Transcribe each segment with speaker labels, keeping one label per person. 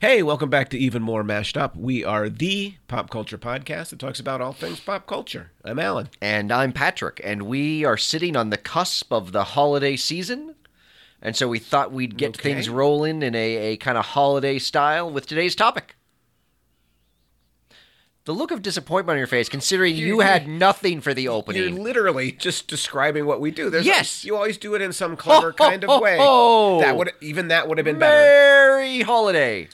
Speaker 1: Hey, welcome back to Even More Mashed Up. We are the pop culture podcast that talks about all things pop culture. I'm Alan.
Speaker 2: And I'm Patrick, and we are sitting on the cusp of the holiday season. And so we thought we'd get
Speaker 1: Okay.
Speaker 2: things rolling in a, a kind of holiday style with today's topic. The look of disappointment on your face, considering you,
Speaker 1: You-
Speaker 2: had nothing for the
Speaker 1: You're
Speaker 2: opening.
Speaker 1: literally just describing what we do. There's
Speaker 2: Yes.
Speaker 1: you always do it in some clever kind of way.
Speaker 2: ho, ho.
Speaker 1: That would even that would have been better.
Speaker 2: Merry holiday.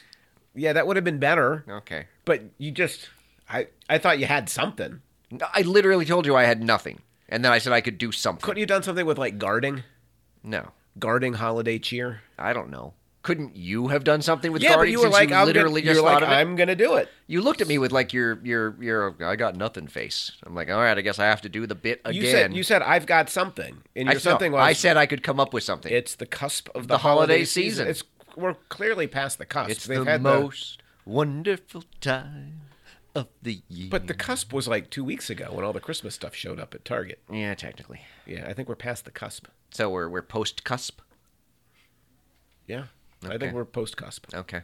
Speaker 1: Yeah, that would have been better.
Speaker 2: Okay.
Speaker 1: But you just, I I thought you had something.
Speaker 2: No, I literally told you I had nothing. And then I said I could do something.
Speaker 1: Couldn't you done something with like guarding,
Speaker 2: no,
Speaker 1: guarding holiday cheer?
Speaker 2: I don't know. Couldn't you have done something with
Speaker 1: yeah, but
Speaker 2: Guardians
Speaker 1: you were
Speaker 2: since
Speaker 1: like, I'm
Speaker 2: literally
Speaker 1: gonna,
Speaker 2: just
Speaker 1: you were
Speaker 2: thought
Speaker 1: like,
Speaker 2: of it?
Speaker 1: I'm gonna do it.
Speaker 2: You looked at me with like your your your I got nothing face. I'm like, all right, I guess I have to do the bit again.
Speaker 1: You said you said I've got something, and
Speaker 2: I,
Speaker 1: your
Speaker 2: no,
Speaker 1: something was
Speaker 2: I said I could come up with something.
Speaker 1: it's the cusp of the,
Speaker 2: The holiday season.
Speaker 1: It's we're clearly past the cusp.
Speaker 2: it's
Speaker 1: They've
Speaker 2: the
Speaker 1: had
Speaker 2: most wonderful time of the year.
Speaker 1: but the cusp was like two weeks ago when all the Christmas stuff showed up at Target.
Speaker 2: yeah, technically.
Speaker 1: Yeah, I think we're past the cusp.
Speaker 2: So we're we're post cusp.
Speaker 1: Yeah, I
Speaker 2: Okay.
Speaker 1: think we're post cusp.
Speaker 2: Okay.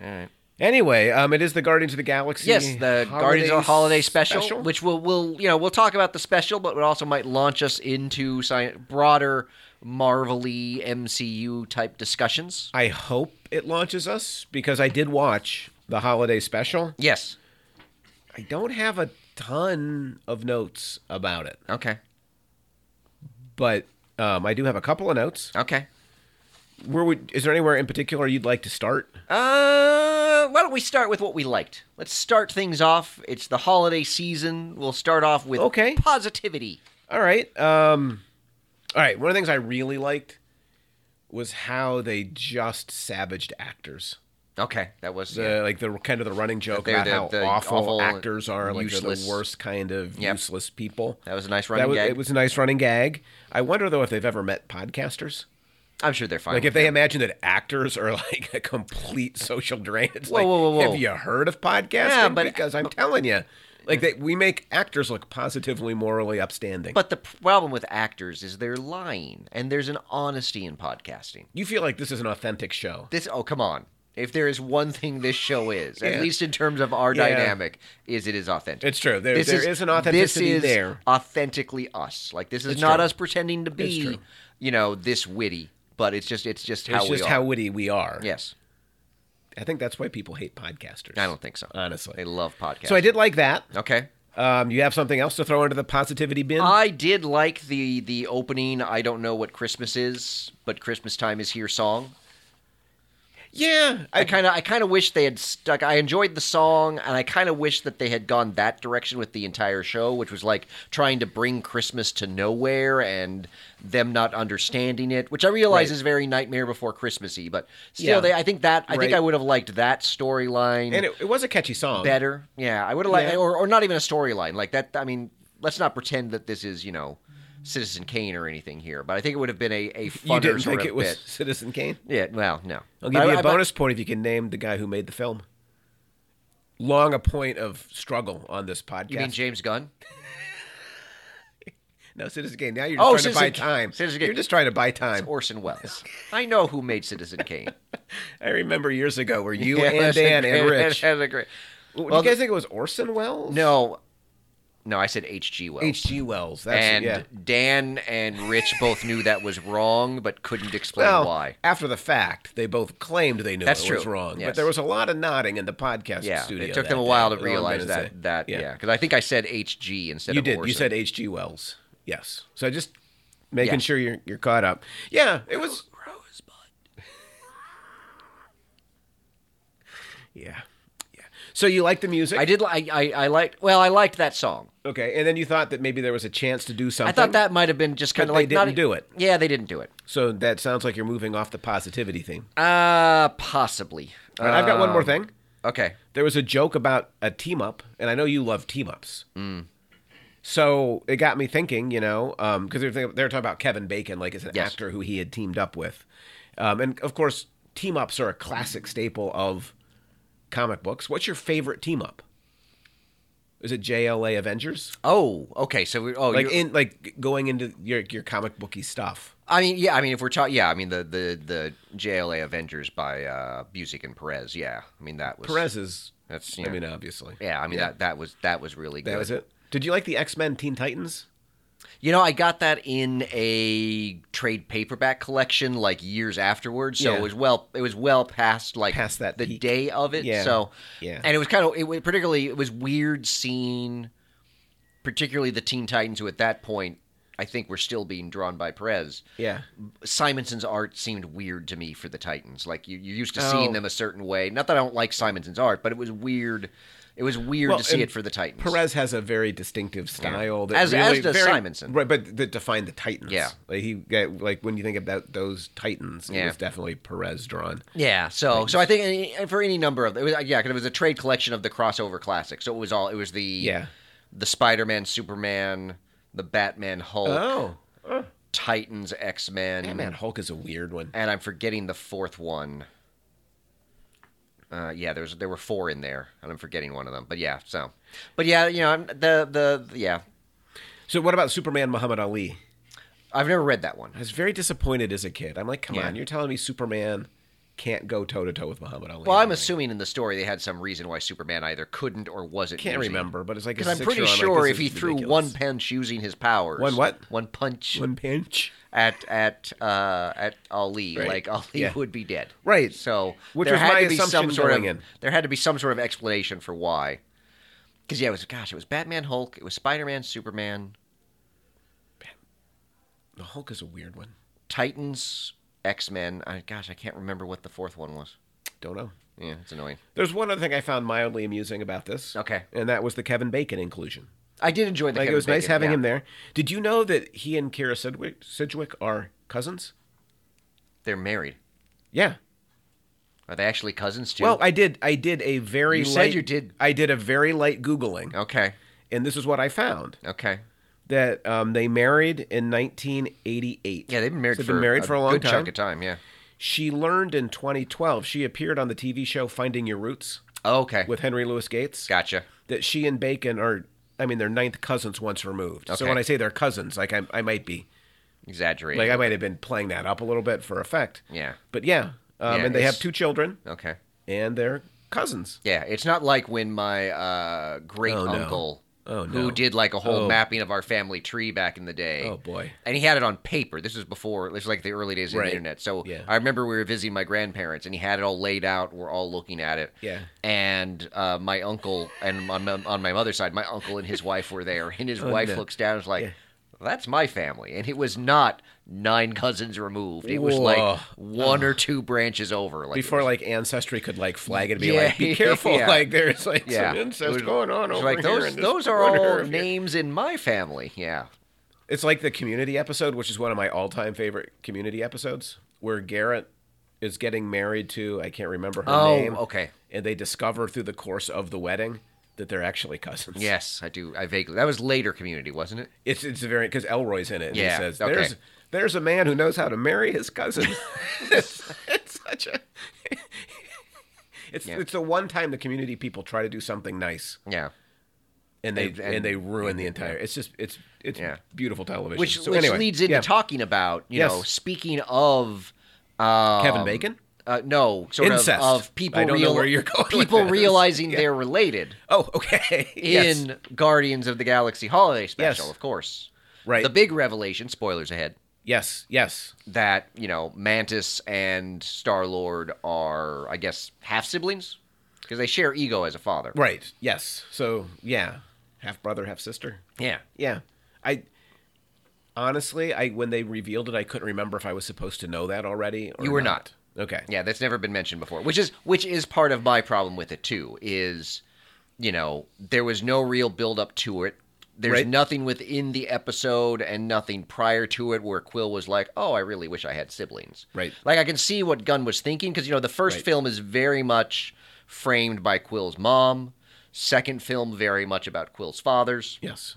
Speaker 2: All right.
Speaker 1: Anyway, um, it is the Guardians of the Galaxy.
Speaker 2: Yes, the Guardians of the Holiday special, which we'll we'll you know we'll talk about the special, but it also might launch us into sci- broader Marvel-y MCU type discussions.
Speaker 1: I hope it launches us because I did watch the holiday special.
Speaker 2: Yes.
Speaker 1: I don't have a ton of notes about it,
Speaker 2: Okay.
Speaker 1: but um, I do have a couple of notes.
Speaker 2: Okay.
Speaker 1: Where would is there anywhere in particular you'd like to start?
Speaker 2: Uh, why don't we start with what we liked? Let's start things off. It's the holiday season. We'll start off with
Speaker 1: Okay.
Speaker 2: positivity.
Speaker 1: All right. Um, all right. One of the things I really liked was how they just savaged actors.
Speaker 2: Okay, that was
Speaker 1: The,
Speaker 2: yeah.
Speaker 1: Like the kind of the running joke
Speaker 2: They're
Speaker 1: about
Speaker 2: the-
Speaker 1: how
Speaker 2: the
Speaker 1: awful,
Speaker 2: awful,
Speaker 1: actors are, like they're the
Speaker 2: useless-
Speaker 1: worst kind of
Speaker 2: Yep.
Speaker 1: useless people.
Speaker 2: that was a nice
Speaker 1: That
Speaker 2: running
Speaker 1: was,
Speaker 2: gag.
Speaker 1: It was a nice running gag. I wonder though if they've ever met podcasters.
Speaker 2: I'm sure they're fine.
Speaker 1: Like if
Speaker 2: with
Speaker 1: they
Speaker 2: that.
Speaker 1: imagine that actors are like a complete social drain. It's
Speaker 2: Whoa,
Speaker 1: like,
Speaker 2: whoa, whoa, whoa.
Speaker 1: have you heard of podcasting?
Speaker 2: Yeah, but- uh,
Speaker 1: because I'm telling you, like they, we make actors look positively morally upstanding.
Speaker 2: But the problem with actors is they're lying, and there's an honesty in podcasting.
Speaker 1: you feel like this is an authentic show.
Speaker 2: This oh come on. If there is one thing this show is,
Speaker 1: Yeah.
Speaker 2: at least in terms of our
Speaker 1: Yeah.
Speaker 2: dynamic, is it is authentic.
Speaker 1: It's true. There-
Speaker 2: This
Speaker 1: there is an authenticity
Speaker 2: this is
Speaker 1: there.
Speaker 2: Authentically us. Like this is
Speaker 1: It's
Speaker 2: not
Speaker 1: true.
Speaker 2: us pretending to be,
Speaker 1: true.
Speaker 2: you know, this witty. But it's just it's just how
Speaker 1: it's
Speaker 2: we
Speaker 1: just
Speaker 2: are.
Speaker 1: how witty we are.
Speaker 2: Yes,
Speaker 1: I think that's why people hate podcasters.
Speaker 2: I don't think so.
Speaker 1: honestly.
Speaker 2: They love podcasts.
Speaker 1: Uh, So I did like that.
Speaker 2: Okay.
Speaker 1: Um, you have something else to throw into the positivity bin?
Speaker 2: I did like the the opening. I don't know what Christmas is, but Christmas time is here. Song.
Speaker 1: yeah,
Speaker 2: I kind of I kind of wish they had stuck. I enjoyed the song, and I kind of wish that they had gone that direction with the entire show, which was like trying to bring Christmas to nowhere and them not understanding it, which I realize
Speaker 1: Right.
Speaker 2: is very Nightmare Before Christmassy. But still,
Speaker 1: Yeah.
Speaker 2: they I think that I think
Speaker 1: Right.
Speaker 2: I would have liked that storyline.
Speaker 1: and it, it was a catchy song.
Speaker 2: better. Yeah, I would have liked,
Speaker 1: Yeah.
Speaker 2: or, or not even a storyline like that. I mean, let's not pretend that this is you know Citizen Kane or anything here, but I think it would have been a a funner
Speaker 1: You didn't
Speaker 2: sort
Speaker 1: think
Speaker 2: of
Speaker 1: it was
Speaker 2: bit.
Speaker 1: Citizen Kane?
Speaker 2: Yeah, well, no.
Speaker 1: I'll
Speaker 2: But
Speaker 1: give you
Speaker 2: I-
Speaker 1: a
Speaker 2: I-
Speaker 1: bonus point if you can name the guy who made the film. Long a point of struggle on this podcast.
Speaker 2: You mean James Gunn?
Speaker 1: no, Citizen Kane. Now you're just
Speaker 2: Oh,
Speaker 1: trying to
Speaker 2: Citizen
Speaker 1: buy
Speaker 2: Kane.
Speaker 1: time.
Speaker 2: Citizen Kane.
Speaker 1: You're just trying to buy time.
Speaker 2: Orson Welles. I know who made Citizen Kane.
Speaker 1: I remember years ago where you
Speaker 2: Yeah,
Speaker 1: and
Speaker 2: that's a
Speaker 1: Dan and
Speaker 2: great-
Speaker 1: Rich.
Speaker 2: that's a great-
Speaker 1: Do you
Speaker 2: well,
Speaker 1: guys think it was Orson Welles?
Speaker 2: No, no, I said H.G. Wells.
Speaker 1: H.G. Wells. That's
Speaker 2: and
Speaker 1: yeah.
Speaker 2: Dan and Rich both knew that was wrong, but couldn't explain
Speaker 1: Well,
Speaker 2: why.
Speaker 1: after the fact, they both claimed they knew
Speaker 2: That's
Speaker 1: it was
Speaker 2: true.
Speaker 1: wrong, but
Speaker 2: Yes.
Speaker 1: there was a lot of nodding in the podcast
Speaker 2: Yeah,
Speaker 1: studio.
Speaker 2: it took
Speaker 1: that
Speaker 2: them a
Speaker 1: day.
Speaker 2: while to
Speaker 1: That's all I'm
Speaker 2: realize
Speaker 1: gonna
Speaker 2: that.
Speaker 1: say.
Speaker 2: That yeah, because I think I said H.G. instead
Speaker 1: you
Speaker 2: of
Speaker 1: did. You
Speaker 2: Orson.
Speaker 1: said H.G. Wells. Yes. So just making
Speaker 2: Yeah.
Speaker 1: sure you're you're caught up. Yeah, it was.
Speaker 2: Rosebud.
Speaker 1: Yeah, yeah. So you liked the music,
Speaker 2: I did. li- I, I I liked. Well, I liked that song.
Speaker 1: okay? And then you thought that maybe there was a chance to do something.
Speaker 2: I thought that might have been just kind
Speaker 1: But
Speaker 2: of
Speaker 1: they
Speaker 2: like not
Speaker 1: didn't
Speaker 2: e-
Speaker 1: do it.
Speaker 2: Yeah, they didn't do it.
Speaker 1: So that sounds like you're moving off the positivity theme.
Speaker 2: Uh possibly.
Speaker 1: All right, I've got one more
Speaker 2: Um,
Speaker 1: thing.
Speaker 2: Okay.
Speaker 1: There was a joke about a team up, and I know you love team ups.
Speaker 2: Mm.
Speaker 1: So it got me thinking, you know, um, because they, were thinking- they were talking about Kevin Bacon, like as an
Speaker 2: Yes.
Speaker 1: actor who he had teamed up with. Um, and of course, team ups are a classic staple of comic books. What's your favorite team up? Is it JLA Avengers?
Speaker 2: Oh, okay. So we. Oh,
Speaker 1: Like
Speaker 2: you're-
Speaker 1: in like going into your your comic booky stuff.
Speaker 2: I mean, yeah. I mean, if we're talking, yeah. I mean, the the the JLA Avengers by uh Busick and Perez. Yeah. I mean, that was
Speaker 1: Perez is.
Speaker 2: That's
Speaker 1: I
Speaker 2: yeah.
Speaker 1: mean, obviously.
Speaker 2: yeah. I mean, that that was that was really good.
Speaker 1: That was it. Did you like the X Men Teen Titans?
Speaker 2: You know, I got that in a trade paperback collection like years afterwards, so
Speaker 1: Yeah.
Speaker 2: it was well it was well past like
Speaker 1: Past that
Speaker 2: the
Speaker 1: peak.
Speaker 2: day of it.
Speaker 1: Yeah.
Speaker 2: So
Speaker 1: Yeah.
Speaker 2: and it was kind of it was particularly it was weird seeing, particularly the Teen Titans who at that point I think were still being drawn by Perez.
Speaker 1: Yeah.
Speaker 2: Simonson's art seemed weird to me for the Titans. Like you, you're used to
Speaker 1: Oh.
Speaker 2: seeing them a certain way. Not that I don't like Simonson's art, but it was weird. It was weird
Speaker 1: Well,
Speaker 2: to see
Speaker 1: and
Speaker 2: it for the Titans.
Speaker 1: Perez has a very distinctive style that
Speaker 2: As- as
Speaker 1: really
Speaker 2: does
Speaker 1: very-
Speaker 2: Simonson.
Speaker 1: right? But that defined the Titans.
Speaker 2: Yeah.
Speaker 1: like he got- like when you think about those Titans, it
Speaker 2: Yeah.
Speaker 1: was definitely Perez drawn.
Speaker 2: Yeah, so so I think any, for any number of it was, yeah, 'cause it was a trade collection of the crossover classics. So it was all it was the
Speaker 1: Yeah.
Speaker 2: the Spider Man, Superman, the Batman, Hulk,
Speaker 1: Oh,
Speaker 2: Titans, X
Speaker 1: yeah, man,
Speaker 2: Men,
Speaker 1: Hulk is a weird one.
Speaker 2: and I'm forgetting the fourth one. Uh, yeah, there's there were four in there, and I'm forgetting one of them. But yeah, so, but yeah, you know, I'm, the the yeah,
Speaker 1: So what about Superman Muhammad Ali?
Speaker 2: I've never read that one.
Speaker 1: I was very disappointed as a kid. I'm like, come
Speaker 2: Yeah.
Speaker 1: on, you're telling me Superman can't go toe to toe with Muhammad Ali?
Speaker 2: Well, I'm assuming in the story they had some reason why Superman either couldn't or wasn't.
Speaker 1: can't
Speaker 2: using-
Speaker 1: remember, but it's like a
Speaker 2: Because I'm pretty
Speaker 1: six-year-old, I'm like,
Speaker 2: sure
Speaker 1: this
Speaker 2: if he
Speaker 1: is
Speaker 2: threw one
Speaker 1: ridiculous.
Speaker 2: punch using his powers,
Speaker 1: One what?
Speaker 2: One punch
Speaker 1: one pinch,
Speaker 2: at at uh, at Ali,
Speaker 1: Right.
Speaker 2: like Ali
Speaker 1: Yeah.
Speaker 2: would be dead.
Speaker 1: Right.
Speaker 2: So
Speaker 1: Which
Speaker 2: there
Speaker 1: was
Speaker 2: had
Speaker 1: my
Speaker 2: to be some
Speaker 1: assumption
Speaker 2: sort of
Speaker 1: going in.
Speaker 2: there had to be some sort of explanation for why. Because yeah, it was gosh, it was Batman, Hulk, it was Spider Man, Superman,
Speaker 1: the Hulk is a weird one.
Speaker 2: Titans, X Men. I Gosh, I can't remember what the fourth one was.
Speaker 1: Don't know.
Speaker 2: Yeah, it's annoying.
Speaker 1: There's one other thing I found mildly amusing about this.
Speaker 2: Okay.
Speaker 1: And that was the Kevin Bacon inclusion.
Speaker 2: I did enjoy the.
Speaker 1: Like
Speaker 2: Kevin
Speaker 1: it was nice
Speaker 2: Bacon,
Speaker 1: having
Speaker 2: yeah.
Speaker 1: him there. Did you know that he and Kira Sidwick, Sidgwick are cousins?
Speaker 2: They're married.
Speaker 1: Yeah.
Speaker 2: Are they actually cousins too?
Speaker 1: Well, I did. I did a very.
Speaker 2: You said
Speaker 1: light,
Speaker 2: you did. Oh.
Speaker 1: I did a very light googling,
Speaker 2: okay,
Speaker 1: and this is what I found:
Speaker 2: okay.
Speaker 1: that um, they married in 1988.
Speaker 2: Yeah, they've been married,
Speaker 1: So
Speaker 2: for,
Speaker 1: been married for a long
Speaker 2: good
Speaker 1: time.
Speaker 2: chunk of time. Yeah.
Speaker 1: She learned in 2012. She appeared on the TV show Finding Your Roots
Speaker 2: Oh, okay.
Speaker 1: with Henry Louis Gates.
Speaker 2: gotcha.
Speaker 1: that she and Bacon are. I mean, they're ninth cousins once removed. So
Speaker 2: Okay.
Speaker 1: when I say they're cousins, like I, I might be,
Speaker 2: Exaggerating.
Speaker 1: like I might have been playing that up a little bit for effect.
Speaker 2: yeah.
Speaker 1: But yeah, um,
Speaker 2: Yeah,
Speaker 1: and they have
Speaker 2: it's-
Speaker 1: two children,
Speaker 2: Okay.
Speaker 1: and they're cousins.
Speaker 2: Yeah, it's not like when my uh, great
Speaker 1: Oh, no.
Speaker 2: uncle,
Speaker 1: Oh, no.
Speaker 2: who did like a whole
Speaker 1: Oh.
Speaker 2: mapping of our family tree back in the day.
Speaker 1: Oh boy.
Speaker 2: And he had it on paper. This was before, this was like the early days of
Speaker 1: Right.
Speaker 2: the internet. So
Speaker 1: Yeah.
Speaker 2: I remember we were visiting my grandparents, and he had it all laid out. We're all looking at it.
Speaker 1: Yeah.
Speaker 2: And uh, my uncle and on my, on my mother's side, my uncle and his wife were there, and his wife
Speaker 1: Oh, no.
Speaker 2: looks down and is like. That's my family, and it was not nine cousins removed. It was
Speaker 1: Whoa.
Speaker 2: like one or two branches over. Like it
Speaker 1: Before
Speaker 2: was-
Speaker 1: like ancestry could like flag it and be
Speaker 2: Yeah,
Speaker 1: like, be careful,
Speaker 2: yeah.
Speaker 1: like there's like
Speaker 2: yeah,
Speaker 1: some incest
Speaker 2: It was-
Speaker 1: going on
Speaker 2: it was
Speaker 1: over
Speaker 2: like
Speaker 1: here.
Speaker 2: those
Speaker 1: in this
Speaker 2: those are
Speaker 1: corner
Speaker 2: all
Speaker 1: over here."
Speaker 2: names in my family. Yeah,
Speaker 1: It's like the community episode, which is one of my all-time favorite community episodes, where Garrett is getting married to I can't remember her
Speaker 2: Oh,
Speaker 1: name.
Speaker 2: okay.
Speaker 1: And they discover through the course of the wedding that they're actually cousins.
Speaker 2: yes, I do. I vaguely that was later Community, wasn't it?
Speaker 1: It's it's very because Elroy's in it. And He
Speaker 2: Yeah,
Speaker 1: says
Speaker 2: okay.
Speaker 1: there's there's a man who knows how to marry his cousin. it's, it's such a. It's
Speaker 2: Yeah.
Speaker 1: it's the one time the community people try to do something nice
Speaker 2: Yeah.
Speaker 1: and they
Speaker 2: And-
Speaker 1: and,
Speaker 2: and-
Speaker 1: they ruin the entire. It's just it's it's
Speaker 2: Yeah.
Speaker 1: beautiful television.
Speaker 2: Which
Speaker 1: so
Speaker 2: which
Speaker 1: anyway,
Speaker 2: leads into
Speaker 1: yeah.
Speaker 2: talking about you know
Speaker 1: Yes.
Speaker 2: speaking of um,
Speaker 1: Kevin Bacon?
Speaker 2: Uh, no, sort
Speaker 1: Incest.
Speaker 2: of of people.
Speaker 1: I don't know
Speaker 2: real-
Speaker 1: where you're going with
Speaker 2: People
Speaker 1: this.
Speaker 2: realizing
Speaker 1: Yeah.
Speaker 2: they're related
Speaker 1: Oh, okay. Yes.
Speaker 2: in Guardians of the Galaxy Holiday Special, of course.
Speaker 1: Right.
Speaker 2: The big revelation. Spoilers ahead.
Speaker 1: Yes, yes.
Speaker 2: That you know, Mantis and Star Lord are, I guess, half siblings because they share ego as a father.
Speaker 1: Right. Yes. So, yeah. Half brother, half sister.
Speaker 2: Yeah.
Speaker 1: Yeah. I honestly, I when they revealed it, I couldn't remember if I was supposed to know that already or
Speaker 2: You were
Speaker 1: Okay.
Speaker 2: Yeah, that's never been mentioned before, which is which is part of my problem with it too. Is you know there was no real build up to it. There's
Speaker 1: Right.
Speaker 2: nothing within the episode and nothing prior to it where Quill was like, "Oh, I really wish I had siblings."
Speaker 1: Right.
Speaker 2: Like I can see what Gunn was thinking because you know the first
Speaker 1: Right.
Speaker 2: film is very much framed by Quill's mom. Second film very much about Quill's fathers.
Speaker 1: Yes.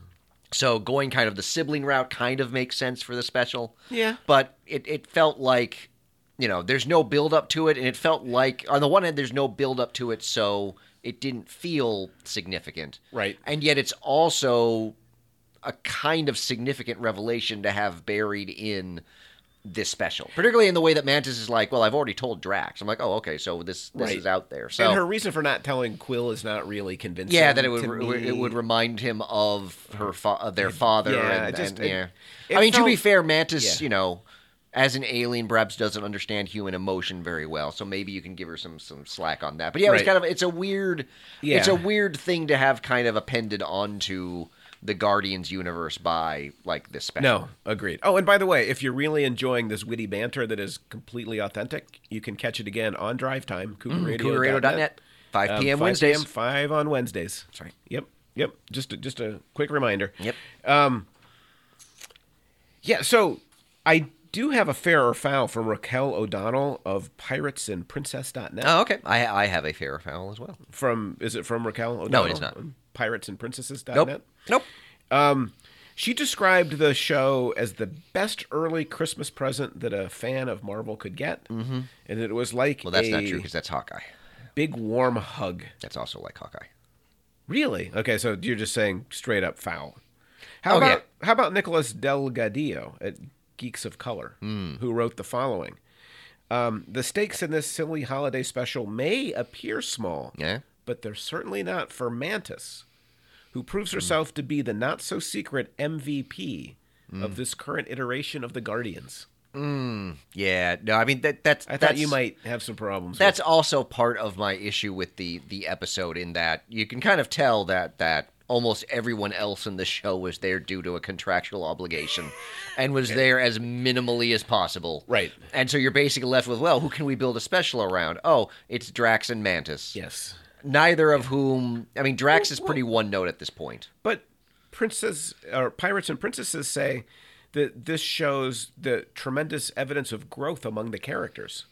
Speaker 2: So going kind of the sibling route kind of makes sense for the special.
Speaker 1: Yeah.
Speaker 2: But it, it felt like you know, there's no build up to it, and it felt like on the one hand, there's no build up to it, so it didn't feel significant.
Speaker 1: Right.
Speaker 2: And yet, it's also a kind of significant revelation to have buried in this special, particularly in the way that Mantis is like, "Well, I've already told Drax." I'm like, "Oh, okay, so this this
Speaker 1: Right.
Speaker 2: is out there." So
Speaker 1: and her reason for not telling Quill is not really convincing.
Speaker 2: yeah, that it would
Speaker 1: to me.
Speaker 2: it would remind him of her fa- of their father.
Speaker 1: Yeah,
Speaker 2: and,
Speaker 1: it just-
Speaker 2: and-
Speaker 1: it-
Speaker 2: yeah.
Speaker 1: it
Speaker 2: I mean, to be
Speaker 1: felt-
Speaker 2: fair, Mantis,
Speaker 1: yeah.
Speaker 2: you know, as an alien, perhaps doesn't understand human emotion very well. So maybe you can give her some some slack on that. But yeah, it was
Speaker 1: Right.
Speaker 2: kind of it's a weird it's
Speaker 1: Yeah.
Speaker 2: a weird thing to have kind of appended onto the Guardians universe by like this special.
Speaker 1: No, agreed. Oh, and by the way, if you're really enjoying this witty banter that is completely authentic, you can catch it again on Drive
Speaker 2: Mm,
Speaker 1: Time,
Speaker 2: Cougarradio.net,
Speaker 1: CougarRadio.net.
Speaker 2: 5
Speaker 1: Um,
Speaker 2: p.m. Wednesdays.
Speaker 1: 5 on Wednesdays.
Speaker 2: That's right.
Speaker 1: Yep. Yep. Just a, just a quick reminder.
Speaker 2: Yep.
Speaker 1: Yeah, so I do have a fair or foul from Raquel O'Donnell of Pirates and Princess.net.
Speaker 2: Oh, okay. I I have a fair foul as well.
Speaker 1: From is it from Raquel O'Donnell?
Speaker 2: it is not.
Speaker 1: Pirates and Princesses.net.
Speaker 2: Nope. Nope.
Speaker 1: She described the show as the best early Christmas present that a fan of Marvel could get, mm-hmm. and it was like
Speaker 2: Well, that's
Speaker 1: a
Speaker 2: not true because that's Hawkeye.
Speaker 1: big warm hug.
Speaker 2: That's also like Hawkeye.
Speaker 1: Really? Okay, so you're just saying straight up foul. How
Speaker 2: Oh,
Speaker 1: about how about Nicholas Delgadillo at Geeks of Color,
Speaker 2: Hmm.
Speaker 1: who wrote the following? Um, the stakes in this silly holiday special may appear small,
Speaker 2: Yeah.
Speaker 1: but they're certainly not for Mantis, who proves
Speaker 2: Hmm.
Speaker 1: herself to be the not so secret MVP
Speaker 2: Hmm.
Speaker 1: of this current iteration of the Guardians.
Speaker 2: Yeah, no, I mean that that's
Speaker 1: I thought
Speaker 2: that's,
Speaker 1: you might have some problems.
Speaker 2: That's also part of my issue with the the episode in that you can kind of tell that that almost everyone else in the show was there due to a contractual obligation and was there as minimally as possible.
Speaker 1: Right.
Speaker 2: And so you're basically left with, well, who can we build a special around? Oh, it's Drax and Mantis.
Speaker 1: with. yes,
Speaker 2: Neither of whom I mean Drax is pretty one note at this point.
Speaker 1: But princess or pirates and princesses say that this shows the tremendous evidence of growth among the characters.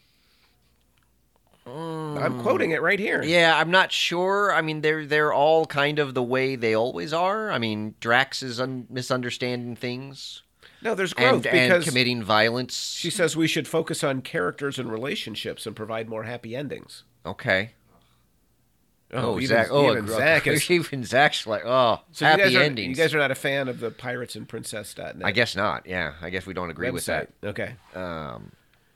Speaker 1: I'm quoting it right here.
Speaker 2: Mm. Yeah, I'm not sure. I mean, they're they're all kind of the way they always are. I mean, Drax is un- misunderstanding things.
Speaker 1: No, there's growth
Speaker 2: and, and
Speaker 1: because
Speaker 2: committing violence.
Speaker 1: she says we should focus on characters and relationships and provide more happy endings.
Speaker 2: okay. Oh,
Speaker 1: even-
Speaker 2: Zach. Oh,
Speaker 1: even
Speaker 2: a-
Speaker 1: Zach is.
Speaker 2: even Zach's like, oh,
Speaker 1: So
Speaker 2: happy
Speaker 1: you guys, are,
Speaker 2: endings.
Speaker 1: you guys are not a fan of the pirates and princess.net.
Speaker 2: I guess not. Yeah, I guess we don't agree with that.
Speaker 1: Okay.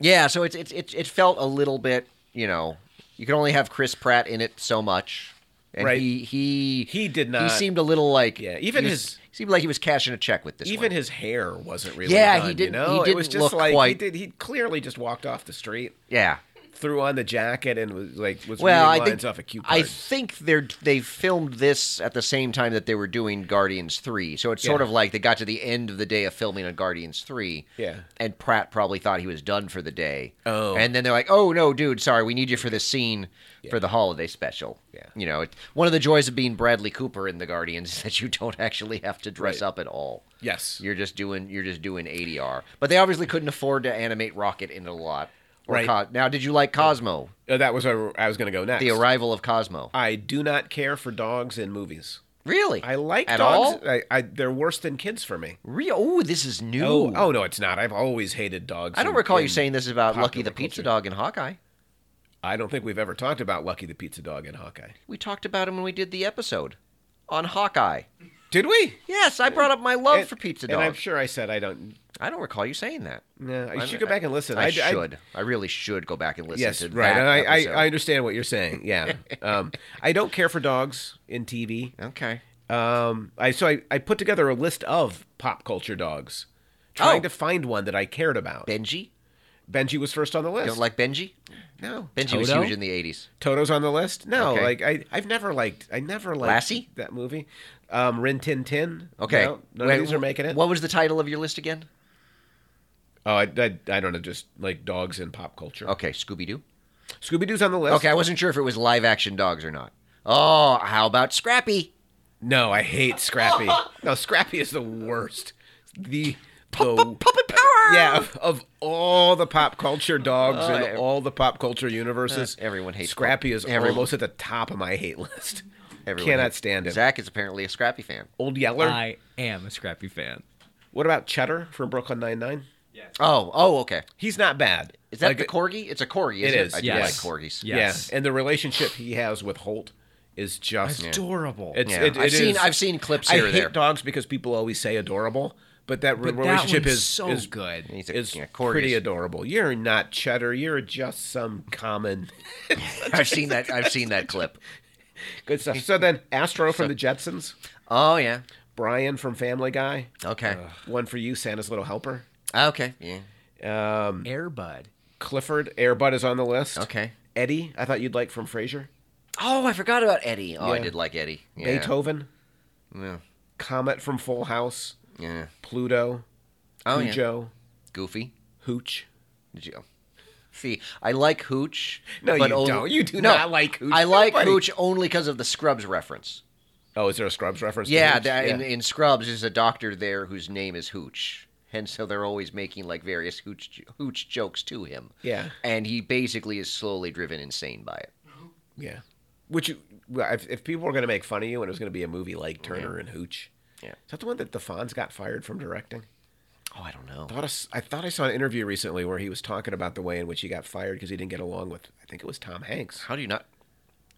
Speaker 2: Yeah, so it's it's it, it felt a little bit, you know, you can only have Chris Pratt in it so much. And
Speaker 1: Right.
Speaker 2: he he
Speaker 1: He did
Speaker 2: He
Speaker 1: not-
Speaker 2: seemed a little like
Speaker 1: Yeah, even
Speaker 2: he was-
Speaker 1: his-
Speaker 2: he seemed like he was cashing a check with this
Speaker 1: Even
Speaker 2: one.
Speaker 1: his hair wasn't really.
Speaker 2: Yeah, he
Speaker 1: done,
Speaker 2: didn't-
Speaker 1: You know?
Speaker 2: he
Speaker 1: it was
Speaker 2: didn't
Speaker 1: just
Speaker 2: look
Speaker 1: like he
Speaker 2: quite-
Speaker 1: did. He clearly just walked off the street.
Speaker 2: yeah.
Speaker 1: threw on the jacket and was like was
Speaker 2: Well, I
Speaker 1: reading
Speaker 2: think
Speaker 1: lines off a cue card.
Speaker 2: I think they're they filmed this at the same time that they were doing Guardians three, so it's sort
Speaker 1: Yeah.
Speaker 2: of like they got to the end of the day of filming on Guardians three.
Speaker 1: Yeah.
Speaker 2: and Pratt probably thought he was done for the day.
Speaker 1: Oh.
Speaker 2: and then they're like, "Oh no, dude, sorry, we need you for this scene for the holiday special."
Speaker 1: Yeah.
Speaker 2: you know, it, one of the joys of being Bradley Cooper in the Guardians is that you don't actually have to dress
Speaker 1: Right.
Speaker 2: up at all.
Speaker 1: yes,
Speaker 2: You're just doing you're just doing ADR, but they obviously couldn't afford to animate Rocket in it a lot. Or
Speaker 1: Right.
Speaker 2: Co- now, did you like Cosmo?
Speaker 1: Uh, that was where I was going to go next.
Speaker 2: The arrival of Cosmo.
Speaker 1: I do not care for dogs in movies.
Speaker 2: Really?
Speaker 1: I like
Speaker 2: At
Speaker 1: dogs.
Speaker 2: all?
Speaker 1: I, I, they're worse than kids for me.
Speaker 2: Real? Oh, this is new.
Speaker 1: Oh, oh no, it's not. I've always hated dogs.
Speaker 2: I don't
Speaker 1: in-
Speaker 2: recall you
Speaker 1: in-
Speaker 2: saying this about Lucky the
Speaker 1: popular
Speaker 2: Pizza
Speaker 1: culture.
Speaker 2: Dog in Hawkeye.
Speaker 1: I don't think we've ever talked about Lucky the Pizza Dog in Hawkeye.
Speaker 2: We talked about him when we did the episode on Hawkeye.
Speaker 1: Did we?
Speaker 2: Yes, I brought up my love
Speaker 1: And-
Speaker 2: Oh, for Pizza
Speaker 1: And I'm
Speaker 2: Dog.
Speaker 1: sure I said I don't.
Speaker 2: I don't recall you saying that.
Speaker 1: No, I
Speaker 2: I'm-
Speaker 1: should go back and listen.
Speaker 2: I,
Speaker 1: I d- I-
Speaker 2: should. I, really should go back and listen
Speaker 1: Yes,
Speaker 2: to
Speaker 1: right.
Speaker 2: that.
Speaker 1: And I, I,
Speaker 2: episode.
Speaker 1: I understand what you're saying. Yeah. um, I don't care for dogs in TV.
Speaker 2: okay.
Speaker 1: Um, I so I, I put together a list of pop culture dogs, trying
Speaker 2: Oh.
Speaker 1: to find one that I cared about.
Speaker 2: Benji?
Speaker 1: Benji was first on the
Speaker 2: You
Speaker 1: list.
Speaker 2: don't like Benji?
Speaker 1: no
Speaker 2: Benji was
Speaker 3: Toto?
Speaker 2: huge in the 80s.
Speaker 1: Toto's on the list. No,
Speaker 2: Okay.
Speaker 1: like I I've never liked I never liked
Speaker 2: Lassie?
Speaker 1: that movie. Um, Rin Tin Tin.
Speaker 2: Okay.
Speaker 1: No, none
Speaker 2: Wait,
Speaker 1: of these are making it.
Speaker 2: What was the title of your list again?
Speaker 1: oh, I, I I don't know, just like dogs in pop culture.
Speaker 2: Okay, Scooby Doo.
Speaker 1: Scooby Doo's on the list.
Speaker 2: Oh. Okay, I wasn't sure if it was live action dogs or not. Oh, how about Scrappy?
Speaker 1: No, I hate Scrappy. no, Scrappy is the worst. The the
Speaker 2: Puppet Power!
Speaker 1: Yeah, of, of all the pop culture dogs
Speaker 2: Oh,
Speaker 1: and
Speaker 2: ev-
Speaker 1: all the pop culture universes,
Speaker 2: Uh, everyone hates
Speaker 1: Scrappy. Is
Speaker 2: everyone-
Speaker 1: almost at the top of my hate list.
Speaker 2: Everyone
Speaker 1: Cannot
Speaker 2: hates-
Speaker 1: stand it.
Speaker 2: Zach is apparently a Scrappy fan.
Speaker 1: Old Yeller.
Speaker 3: I am a Scrappy fan.
Speaker 1: What about Cheddar from Brooklyn Nine Nine?
Speaker 2: Oh, oh, okay.
Speaker 1: He's not bad.
Speaker 2: Is that
Speaker 1: Like,
Speaker 2: the corgi? It's a corgi.
Speaker 1: It
Speaker 2: Isn't it
Speaker 1: is,
Speaker 2: I do
Speaker 1: yes.
Speaker 2: like corgis.
Speaker 1: Yeah,
Speaker 3: Yes.
Speaker 1: and the relationship he has with Holt is just
Speaker 3: Adorable.
Speaker 1: It's,
Speaker 2: Yeah.
Speaker 1: it, it
Speaker 2: I've seen-
Speaker 1: is-
Speaker 2: I've seen clips
Speaker 1: I
Speaker 2: here or
Speaker 1: hate
Speaker 2: there.
Speaker 1: dogs because people always say adorable, but that re-
Speaker 3: But that
Speaker 1: relationship
Speaker 3: one's
Speaker 1: is
Speaker 3: so
Speaker 1: is
Speaker 3: good.
Speaker 2: He's a-
Speaker 1: Is
Speaker 2: yeah, Corgi's-
Speaker 1: pretty adorable. You're not cheddar. You're just some common
Speaker 2: I've seen that. I've seen that clip.
Speaker 1: good stuff. So then, Astro from the Jetsons,
Speaker 2: Oh yeah.
Speaker 1: Brian from Family Guy,
Speaker 2: Okay.
Speaker 1: one for you, Santa's Little Helper,
Speaker 2: okay. Yeah.
Speaker 3: Airbud.
Speaker 1: Clifford, Airbud is on the list.
Speaker 2: Okay.
Speaker 1: Eddie, I thought you'd like from Frasier,
Speaker 2: Oh, I forgot about Eddie. Oh, I
Speaker 1: Yeah.
Speaker 2: did like Eddie. Yeah.
Speaker 1: Beethoven,
Speaker 2: Yeah.
Speaker 1: Comet from Full House,
Speaker 2: Yeah.
Speaker 1: Pluto,
Speaker 2: Oh yeah.
Speaker 1: Cujo,
Speaker 2: Goofy.
Speaker 1: Hooch.
Speaker 2: Did you? See, I like Hooch.
Speaker 1: No,
Speaker 2: but
Speaker 1: you
Speaker 2: only-
Speaker 1: don't. You do
Speaker 2: No,
Speaker 1: not like Hooch.
Speaker 2: I like
Speaker 1: Nobody-
Speaker 2: Hooch only because of the Scrubs reference.
Speaker 1: Oh, is there a Scrubs reference? to
Speaker 2: Yeah,
Speaker 1: Hooch?
Speaker 2: that, In, in Scrubs, there's a doctor there whose name is Hooch, and so they're always making like various Hooch j- Hooch jokes to him.
Speaker 1: Yeah.
Speaker 2: and he basically is slowly driven insane by it.
Speaker 1: Yeah. Which, you- well, if, if people were going to make fun of you and it was going to be a movie like Turner and Hooch,
Speaker 2: Yeah.
Speaker 1: is that the one that the Fonz got fired from directing?
Speaker 2: Oh, I don't know.
Speaker 1: I thought I, s- I thought I saw an interview recently where he was talking about the way in which he got fired because he didn't get along with, I think it was Tom Hanks.
Speaker 2: How do you not?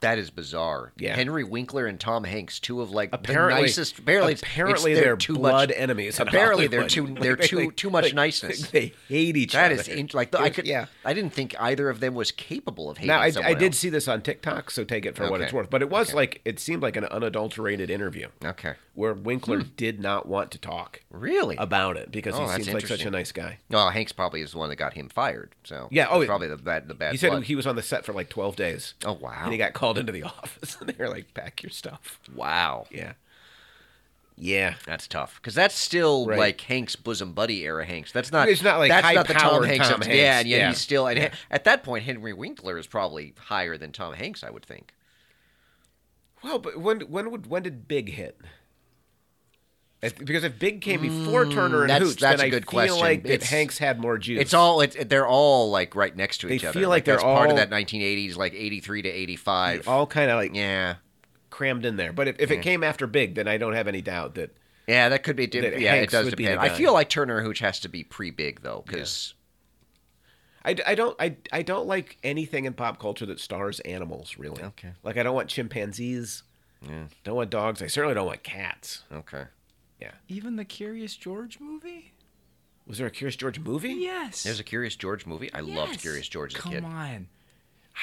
Speaker 2: That is bizarre.
Speaker 1: Yeah.
Speaker 2: Henry Winkler and Tom Hanks, two of like
Speaker 1: Apparently,
Speaker 2: the nicest. Apparently, it's- it's-
Speaker 1: apparently
Speaker 2: they're
Speaker 1: they're
Speaker 2: too
Speaker 1: blood
Speaker 2: much,
Speaker 1: enemies. in
Speaker 2: Apparently, they're
Speaker 1: Hollywood.
Speaker 2: too
Speaker 1: Like,
Speaker 2: they're
Speaker 1: they-
Speaker 2: too
Speaker 1: like-
Speaker 2: too much
Speaker 1: like,
Speaker 2: nice.
Speaker 1: They hate each
Speaker 2: That
Speaker 1: other.
Speaker 2: is in, like the,
Speaker 1: It
Speaker 2: I
Speaker 1: was-
Speaker 2: could.
Speaker 1: yeah.
Speaker 2: I didn't think either of them was capable of hating
Speaker 1: Now I,
Speaker 2: someone
Speaker 1: I did
Speaker 2: else.
Speaker 1: see this on TikTok, so take it for what
Speaker 2: Okay.
Speaker 1: it's worth. But it was like it seemed like an unadulterated interview
Speaker 2: Okay.
Speaker 1: where Winkler did not want to talk
Speaker 2: Really?
Speaker 1: about it because
Speaker 2: Hmm. Oh,
Speaker 1: he
Speaker 2: that's
Speaker 1: seems like such a
Speaker 2: interesting.
Speaker 1: nice guy.
Speaker 2: No, Hanks probably is the one that got him fired. So
Speaker 1: Yeah, oh,
Speaker 2: that's probably the bad the bad.
Speaker 1: He said
Speaker 2: blood.
Speaker 1: he was on the set for like 12 days.
Speaker 2: Oh, wow.
Speaker 1: And he got called into the office and they were like, pack your stuff.
Speaker 2: wow,
Speaker 1: Yeah. Yeah.
Speaker 2: that's tough because that's still
Speaker 1: Right.
Speaker 2: like Hanks bosom buddy era Hanks. That's not
Speaker 1: It's not like
Speaker 2: that's not the Tom
Speaker 1: high-powered
Speaker 2: Hanks.
Speaker 1: Tom
Speaker 2: of-
Speaker 1: Hanks.
Speaker 2: Yeah, and yet
Speaker 1: Yeah.
Speaker 2: he's still and at that point Henry Winkler is probably higher than Tom Hanks, I would think.
Speaker 1: Well, but when when would when did Big hit? If- Because if Big came before Turner and
Speaker 2: Hmm, that's-
Speaker 1: Hooch,
Speaker 2: that's
Speaker 1: then
Speaker 2: a
Speaker 1: I
Speaker 2: good
Speaker 1: feel
Speaker 2: question.
Speaker 1: like that
Speaker 2: It's-
Speaker 1: Hanks had more juice.
Speaker 2: It's all it's they're all like right next to
Speaker 1: They
Speaker 2: each other.
Speaker 1: feel like they're
Speaker 2: that's part
Speaker 1: all-
Speaker 2: of that 1980s like 83 to 85.
Speaker 1: all kind of like
Speaker 2: yeah.
Speaker 1: crammed in there. But if, if it came after Big, then I don't have any doubt that
Speaker 2: Yeah, that could be. Dip-
Speaker 1: That
Speaker 2: yeah,
Speaker 1: Hanks
Speaker 2: it does
Speaker 1: would be the
Speaker 2: depend. I
Speaker 1: guy.
Speaker 2: feel like Turner Hooch has to be pre big though, because
Speaker 1: I, I don't I, I don't like anything in pop culture that stars animals really.
Speaker 2: Okay.
Speaker 1: Like I don't want chimpanzees. Yeah. Don't want dogs. I certainly don't want cats.
Speaker 2: okay,
Speaker 1: Yeah.
Speaker 3: Even the Curious George movie?
Speaker 1: Was there a Curious George movie?
Speaker 3: Yes.
Speaker 2: there's a Curious George movie. I loved
Speaker 3: Yes.
Speaker 2: Curious George as a
Speaker 3: Come
Speaker 2: kid.
Speaker 3: on.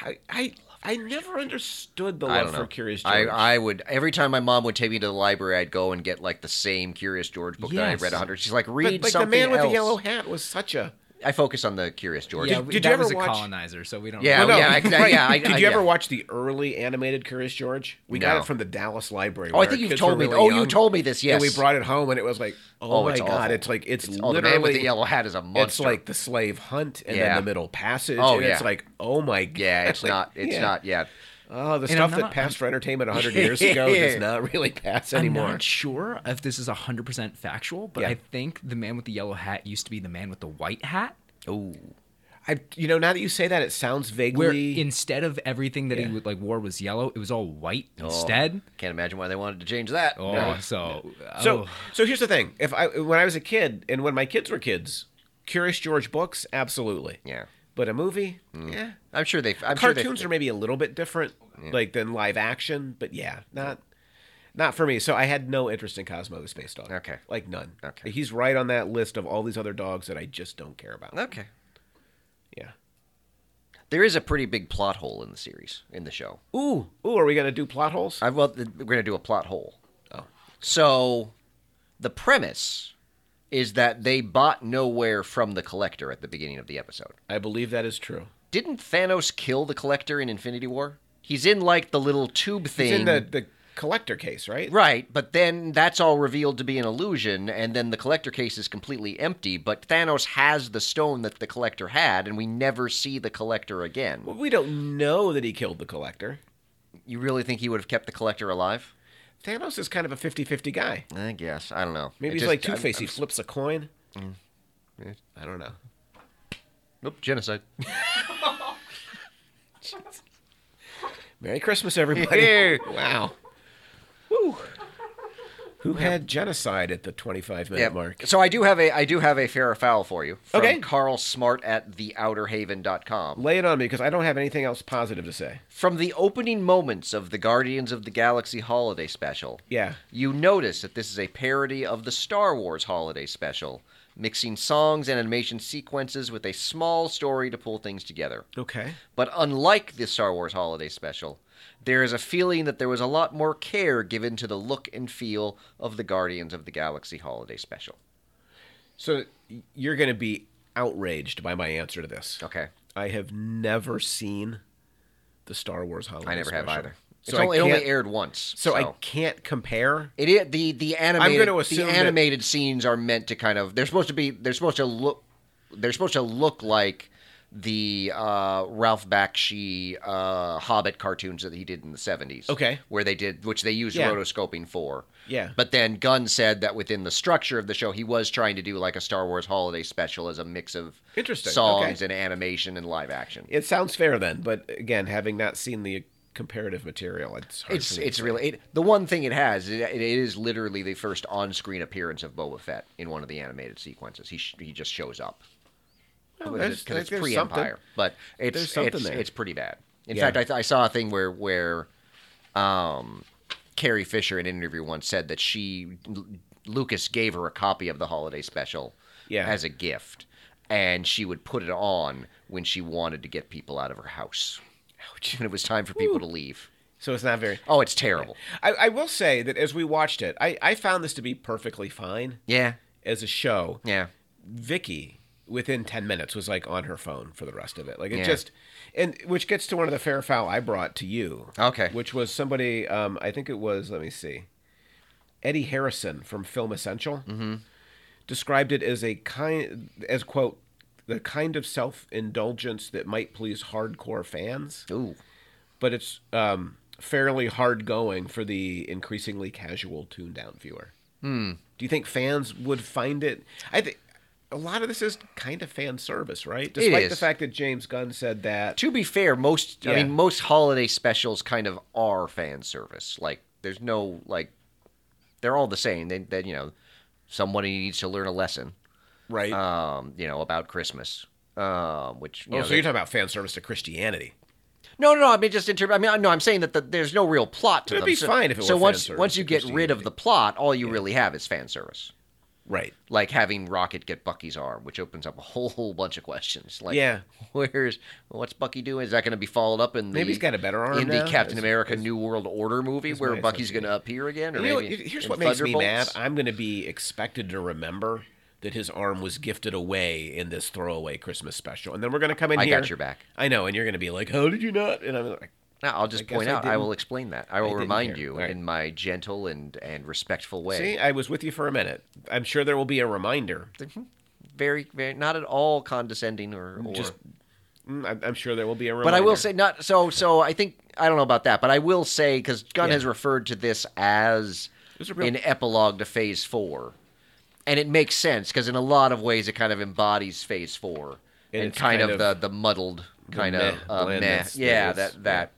Speaker 1: I I, I never understood the
Speaker 2: I
Speaker 1: love
Speaker 2: don't know.
Speaker 1: for Curious
Speaker 2: I,
Speaker 1: George.
Speaker 2: I would every time my mom would take me to the library, I'd go and get like the same Curious George book that I
Speaker 3: Yes.
Speaker 2: read a hundred. She's like,
Speaker 1: but
Speaker 2: read
Speaker 1: like the
Speaker 2: something
Speaker 1: man with
Speaker 2: else.
Speaker 1: the yellow hat was such a.
Speaker 2: I focus on the Curious George.
Speaker 3: Yeah,
Speaker 1: Did-
Speaker 3: we-
Speaker 1: did you
Speaker 3: that
Speaker 1: ever
Speaker 3: was a
Speaker 1: watch-
Speaker 3: colonizer, so we don't.
Speaker 2: Yeah,
Speaker 3: really-
Speaker 2: well, yeah, I-
Speaker 1: right.
Speaker 2: yeah, I-
Speaker 1: Did
Speaker 2: I-
Speaker 1: you ever
Speaker 2: yeah.
Speaker 1: watch the early animated Curious George? We got
Speaker 2: No.
Speaker 1: it from the Dallas Library.
Speaker 2: Oh, I
Speaker 1: when
Speaker 2: think
Speaker 1: our
Speaker 2: you've
Speaker 1: kids
Speaker 2: told
Speaker 1: were
Speaker 2: me.
Speaker 1: really
Speaker 2: oh, you
Speaker 1: young,
Speaker 2: told me this.
Speaker 1: And
Speaker 2: Yes.
Speaker 1: we brought it home, and it was like, oh,
Speaker 2: Oh,
Speaker 1: my
Speaker 2: it's
Speaker 1: god,
Speaker 2: awful.
Speaker 1: it's like it's,
Speaker 2: oh,
Speaker 1: literally
Speaker 2: the man with the yellow hat is a monster.
Speaker 1: It's like the slave hunt and
Speaker 2: Yeah.
Speaker 1: then the Middle Passage.
Speaker 2: Oh,
Speaker 1: and It's
Speaker 2: yeah.
Speaker 1: like oh my god.
Speaker 2: yeah, it's
Speaker 1: like,
Speaker 2: not. It's
Speaker 1: yeah.
Speaker 2: not. Yeah.
Speaker 1: Oh, the
Speaker 3: And
Speaker 1: stuff
Speaker 3: I'm
Speaker 1: that
Speaker 3: not-
Speaker 1: passed for entertainment hundred years ago does not really pass
Speaker 3: I'm
Speaker 1: anymore.
Speaker 3: not sure if this is 100% factual, but
Speaker 1: Yeah.
Speaker 3: I think the man with the yellow hat used to be the man with the white hat,
Speaker 2: Oh.
Speaker 1: I, you know, now that you say that, it sounds vaguely.
Speaker 3: where instead of everything that he would, like wore was yellow, it was all white
Speaker 2: Oh.
Speaker 3: instead.
Speaker 2: Can't imagine why they wanted to change that.
Speaker 3: Oh, so
Speaker 1: So,
Speaker 3: oh.
Speaker 1: so here's the thing: if I when I was a kid and when my kids were kids, Curious George books, absolutely.
Speaker 2: Yeah.
Speaker 1: But a movie, yeah.
Speaker 2: I'm sure they. Mm. I'm sure
Speaker 1: Cartoons
Speaker 2: they,
Speaker 1: are maybe a little bit different, like than live action, but yeah, not not for me. So I had no interest in Cosmo the Space Dog.
Speaker 2: Okay.
Speaker 1: Like none.
Speaker 2: Okay.
Speaker 1: He's right on that list of all these other dogs that I just don't care about.
Speaker 2: Okay.
Speaker 1: Yeah.
Speaker 2: There is a pretty big plot hole in the series, in the show.
Speaker 1: Ooh, ooh, are we gonna do plot holes?
Speaker 2: I, well, th- we're going to do a plot hole.
Speaker 1: Oh.
Speaker 2: So, the premise is that they bought nowhere from the collector at the beginning of the episode.
Speaker 1: I believe that is true.
Speaker 2: Didn't Thanos kill the collector in Infinity War? He's in like the little tube thing.
Speaker 1: It's in the the collector case, right?
Speaker 2: Right, but then that's all revealed to be an illusion, and then the collector case is completely empty. But Thanos has the stone that the collector had, and we never see the collector again.
Speaker 1: Well, we don't know that he killed the collector.
Speaker 2: You really think he would have kept the collector alive?
Speaker 1: Thanos is kind of a 50-50 guy.
Speaker 2: I guess. I don't know.
Speaker 1: Maybe
Speaker 2: It
Speaker 1: he's
Speaker 2: just-
Speaker 1: like
Speaker 2: I'm-
Speaker 1: Two Face. He
Speaker 2: I'm- Mm.
Speaker 1: flips a coin.
Speaker 2: Yeah.
Speaker 1: I don't know.
Speaker 2: Nope, genocide.
Speaker 1: Merry Christmas, everybody!
Speaker 2: Yeah.
Speaker 1: wow. Woo. who had genocide at the 25 minute
Speaker 2: Yep.
Speaker 1: mark.
Speaker 2: So I do have a I do have a fair or foul for you. From
Speaker 1: Okay.
Speaker 2: Carl Smart at theouterhaven.com.
Speaker 1: Lay it on me because I don't have anything else positive to say.
Speaker 2: From the opening moments of the Guardians of the Galaxy holiday special,
Speaker 1: Yeah.
Speaker 2: you notice that this is a parody of the Star Wars holiday special, mixing songs and animation sequences with a small story to pull things together.
Speaker 1: Okay.
Speaker 2: But unlike the Star Wars holiday special, there is a feeling that there was a lot more care given to the look and feel of the Guardians of the Galaxy holiday special.
Speaker 1: So you're going to be outraged by my answer to this.
Speaker 2: Okay.
Speaker 1: I have never seen the Star Wars holiday.
Speaker 2: I never have
Speaker 1: special.
Speaker 2: either. It's
Speaker 1: So I
Speaker 2: only, it only
Speaker 1: can't-
Speaker 2: aired once.
Speaker 1: So I can't compare.
Speaker 2: It is the the animated
Speaker 1: gonna assume
Speaker 2: the
Speaker 1: that-
Speaker 2: animated scenes are meant to kind of they're supposed to be they're supposed to look they're supposed to look like the uh, Ralph Bakshi uh, Hobbit cartoons that he did in the seventies.
Speaker 1: Okay.
Speaker 2: where they did which they used
Speaker 1: Yeah.
Speaker 2: rotoscoping for.
Speaker 1: Yeah.
Speaker 2: but then Gunn said that within the structure of the show, he was trying to do like a Star Wars holiday special as a mix of
Speaker 1: Interesting.
Speaker 2: songs
Speaker 1: Okay.
Speaker 2: and animation and live action.
Speaker 1: It sounds fair then, but again, having not seen the comparative material, it's hard
Speaker 2: It's
Speaker 1: for me.
Speaker 2: it's really it, the one thing it has. It, it is literally the first on-screen appearance of Boba Fett in one of the animated sequences. He sh- he just shows up
Speaker 1: Well,
Speaker 2: because
Speaker 1: there's-
Speaker 2: it's, 'cause it's
Speaker 1: there's
Speaker 2: pre-Empire,
Speaker 1: something.
Speaker 2: but it's
Speaker 1: There's something
Speaker 2: it's,
Speaker 1: there.
Speaker 2: it's pretty bad. In
Speaker 1: Yeah.
Speaker 2: fact, I, th- I saw a thing where where um, Carrie Fisher in an interview once said that she L- Lucas gave her a copy of the holiday special
Speaker 1: Yeah.
Speaker 2: as a gift, and she would put it on when she wanted to get people out of her house. When it was time for people to leave.
Speaker 1: So it's not very.
Speaker 2: Oh, it's terrible.
Speaker 1: I, I will say that as we watched it, I, I found this to be perfectly fine
Speaker 2: Yeah.
Speaker 1: as a show.
Speaker 2: Yeah.
Speaker 1: Vicky within 10 minutes was like on her phone for the rest of it. Like it
Speaker 2: Yeah.
Speaker 1: just and which gets to one of the fair foul I brought to you.
Speaker 2: Okay.
Speaker 1: Which was somebody um I think it was let me see. Eddie Harrison from Film Essential
Speaker 2: Mm-hmm.
Speaker 1: described it as a kind as quote the kind of self-indulgence that might please hardcore fans,
Speaker 2: Ooh.
Speaker 1: but it's um fairly hard going for the increasingly casual tuned down viewer.
Speaker 2: Hmm.
Speaker 1: Do you think fans would find it? I think a lot of this is kind of fan service, right? Despite the
Speaker 2: is.
Speaker 1: fact that James Gunn said that.
Speaker 2: To be fair, most I
Speaker 1: Yeah.
Speaker 2: mean most holiday specials kind of are fan service. Like there's no like they're all the same. They, they you know somebody needs to learn a lesson.
Speaker 1: Right.
Speaker 2: Um, you know about Christmas. Um, which you
Speaker 1: oh,
Speaker 2: know,
Speaker 1: so
Speaker 2: they-
Speaker 1: you're talking about fan service to Christianity.
Speaker 2: no, no, no. I mean, just in terms. I mean, I- no, I'm saying that the, there's no real plot to
Speaker 1: It'd
Speaker 2: them.
Speaker 1: be
Speaker 2: so,
Speaker 1: fine if it
Speaker 2: so
Speaker 1: were fan
Speaker 2: once
Speaker 1: service
Speaker 2: once you
Speaker 1: to
Speaker 2: get rid of
Speaker 1: Christianity.
Speaker 2: the plot, all you really have is fan service.
Speaker 1: Right.
Speaker 2: like having Rocket get Bucky's arm, which opens up a whole, whole bunch of questions. Like,
Speaker 1: Yeah.
Speaker 2: where's what's Bucky doing? Is that going to be followed up in the
Speaker 1: Maybe he's got a better arm
Speaker 2: in
Speaker 1: now?
Speaker 2: the Captain
Speaker 1: Is-
Speaker 2: America New World Order movie where
Speaker 1: my
Speaker 2: Bucky's going to appear again? Or
Speaker 1: You know,
Speaker 2: maybe
Speaker 1: what, here's
Speaker 2: in
Speaker 1: what makes me mad.
Speaker 2: Thunderbolts?
Speaker 1: I'm going to be expected to remember that his arm was gifted away in this throwaway Christmas special, and then we're going to come in
Speaker 2: I
Speaker 1: here.
Speaker 2: got your back.
Speaker 1: I know, and you're going to be like, "How did you not?" And I'm like,
Speaker 2: No, I'll just
Speaker 1: guess
Speaker 2: point
Speaker 1: I
Speaker 2: out. I,
Speaker 1: didn't-
Speaker 2: will explain that. I will
Speaker 1: didn't
Speaker 2: remind
Speaker 1: care.
Speaker 2: you
Speaker 1: All right.
Speaker 2: in my gentle and and respectful way.
Speaker 1: "See, I was with you for a minute. I'm sure there will be a reminder.
Speaker 2: hmm, Very, very, not at all condescending or, or
Speaker 1: Just, Mm, I'm I'm sure there will be a reminder."
Speaker 2: But I will say not so. So I think I don't know about that, but I will say because Gunn has referred to this as
Speaker 1: was a real-
Speaker 2: an epilogue to Phase Four, and it makes sense because in a lot of ways it kind of embodies Phase Four
Speaker 1: And
Speaker 2: and,
Speaker 1: it's
Speaker 2: kind,
Speaker 1: kind
Speaker 2: of,
Speaker 1: of
Speaker 2: the the muddled kind
Speaker 1: meh
Speaker 2: of uh, meh.
Speaker 1: blandness that
Speaker 2: yeah
Speaker 1: is-
Speaker 2: that that.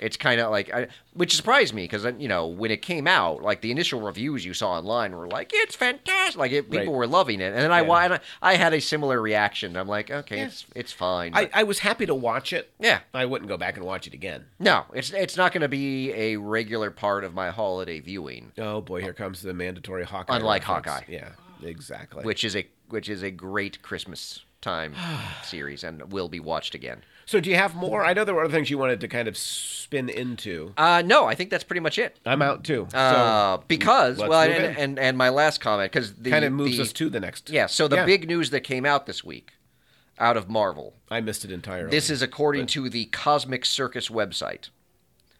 Speaker 2: It's kind of like, I, which surprised me because you know when it came out, like the initial reviews you saw online were like, "It's fantastic!" Like it, people
Speaker 1: Right.
Speaker 2: were loving it, and then I,
Speaker 1: Yeah.
Speaker 2: wa- I had a similar reaction. I'm like, "Okay, it's it's fine."
Speaker 1: I,
Speaker 2: but-
Speaker 1: I was happy to watch it.
Speaker 2: yeah,
Speaker 1: I wouldn't go back and watch it again.
Speaker 2: No, it's it's not going to be a regular part of my holiday viewing,
Speaker 1: Oh boy, here comes the mandatory Hawkeye.
Speaker 2: Unlike Hawkeye.
Speaker 1: Yeah, exactly.
Speaker 2: which is a which is a great Christmas time series and will be watched again.
Speaker 1: so, do you have more? I know there were other things you wanted to kind of spin into.
Speaker 2: Uh, no, I think that's pretty much it.
Speaker 1: I'm out too. So,
Speaker 2: Uh, because
Speaker 1: let's
Speaker 2: well, and,
Speaker 1: move in.
Speaker 2: and and my last comment because
Speaker 1: kind of moves us to the next.
Speaker 2: yeah. So the
Speaker 1: Yeah.
Speaker 2: big news that came out this week out of Marvel.
Speaker 1: I missed it entirely.
Speaker 2: This is according to the Cosmic Circus website.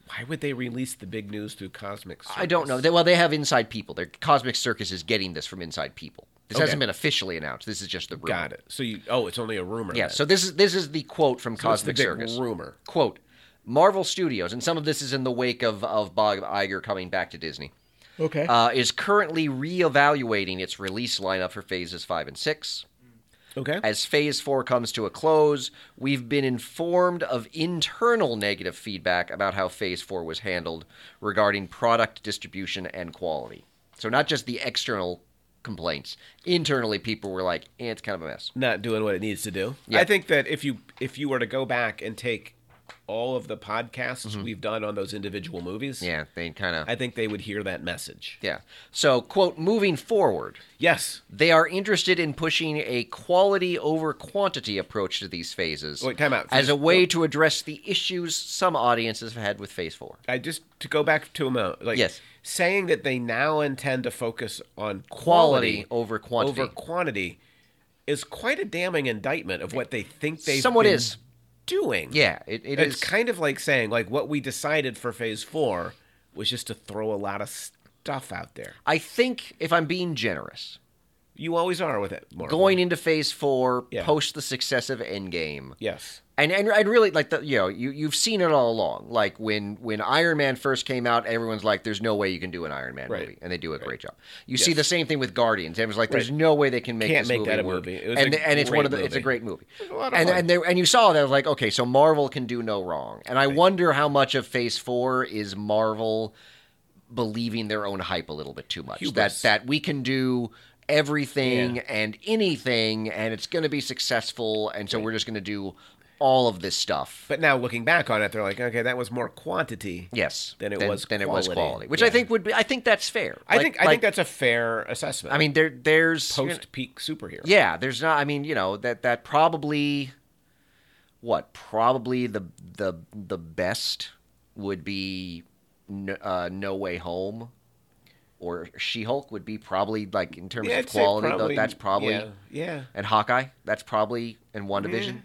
Speaker 1: why would they release the big news through Cosmic?
Speaker 2: I don't
Speaker 1: Circus?
Speaker 2: know. They, well, they have inside people. Their Cosmic Circus is getting this from inside people. This
Speaker 1: Okay.
Speaker 2: hasn't been officially announced. This is just the rumor.
Speaker 1: Got it. So you? Oh, it's only a rumor.
Speaker 2: Yeah,
Speaker 1: then.
Speaker 2: so this is this is the quote from
Speaker 1: So it's the
Speaker 2: Cosmic
Speaker 1: big
Speaker 2: Circus.
Speaker 1: rumor.
Speaker 2: Quote: Marvel Studios, and some of this is in the wake of of Bob Iger coming back to Disney,
Speaker 1: Okay.
Speaker 2: uh, is currently reevaluating its release lineup for phases five and six.
Speaker 1: okay.
Speaker 2: As phase four comes to a close, we've been informed of internal negative feedback about how phase four was handled regarding product distribution and quality. So not just the external complaints. Internally, people were like, eh, "It's kind of a mess."
Speaker 1: not doing what it needs to do.
Speaker 2: Yeah.
Speaker 1: I think that if you if you were to go back and take all of the podcasts we've done on those individual movies,
Speaker 2: Mm-hmm. Yeah, they kind of.
Speaker 1: I think they would hear that message.
Speaker 2: Yeah. So, quote, moving forward,
Speaker 1: Yes.
Speaker 2: they are interested in pushing a quality over quantity approach to these phases
Speaker 1: Wait, time out.
Speaker 2: as a way to address the issues some audiences have had with Phase 4.
Speaker 1: I just to go back to a moment, like
Speaker 2: Yes.
Speaker 1: saying that they now intend to focus on
Speaker 2: Quality
Speaker 1: quality,
Speaker 2: over quantity.
Speaker 1: over quantity is quite a damning indictment of what they think they've
Speaker 2: Somewhat
Speaker 1: been
Speaker 2: is.
Speaker 1: doing.
Speaker 2: Yeah, it, it
Speaker 1: it's
Speaker 2: is-
Speaker 1: kind of like saying like what we decided for phase four was just to throw a lot of stuff out there.
Speaker 2: I think, if I'm being generous,
Speaker 1: You always are with it. Marvel.
Speaker 2: going into Phase 4
Speaker 1: Yeah.
Speaker 2: post the success of Endgame,
Speaker 1: Yes.
Speaker 2: and and and really like the you know you you've seen it all along. Like when when Iron Man first came out, everyone's like, "There's no way you can do an Iron Man
Speaker 1: Right.
Speaker 2: movie," and they do a great job. You see
Speaker 1: Yes.
Speaker 2: the same thing with Guardians. Everyone's like, "There's
Speaker 1: Right.
Speaker 2: no way they can make
Speaker 1: Can't
Speaker 2: this
Speaker 1: make
Speaker 2: movie
Speaker 1: that a
Speaker 2: work."
Speaker 1: movie. It was
Speaker 2: and
Speaker 1: a
Speaker 2: and it's one of
Speaker 1: great
Speaker 2: the it's a
Speaker 1: movie.
Speaker 2: great movie.
Speaker 1: a lot of
Speaker 2: And
Speaker 1: fun.
Speaker 2: and there and you saw that I was like, okay, so Marvel can do no wrong. And I wonder how much of Phase Four is Marvel believing their own hype a little bit too much.
Speaker 1: Hubris.
Speaker 2: That that we can do everything and anything and it's going to be successful and so we're just going to do all of this stuff
Speaker 1: But now looking back on it, they're like, okay, that was more quantity.
Speaker 2: Yes.
Speaker 1: Than it was
Speaker 2: than it was
Speaker 1: quality.
Speaker 2: quality, which I
Speaker 1: Yeah.
Speaker 2: think would be. I think that's fair.
Speaker 1: I
Speaker 2: Like-
Speaker 1: think I
Speaker 2: like-
Speaker 1: think that's a fair assessment.
Speaker 2: I mean, there there's
Speaker 1: post peak superhero.
Speaker 2: Yeah, there's not. I mean, you know that that probably, what probably the the the best would be, no, uh, No Way Home, or She Hulk would be probably like in terms
Speaker 1: Yeah,
Speaker 2: of
Speaker 1: I'd say
Speaker 2: quality. though, that's probably
Speaker 1: yeah, Mm-hmm. yeah,
Speaker 2: and Hawkeye. That's probably and WandaVision.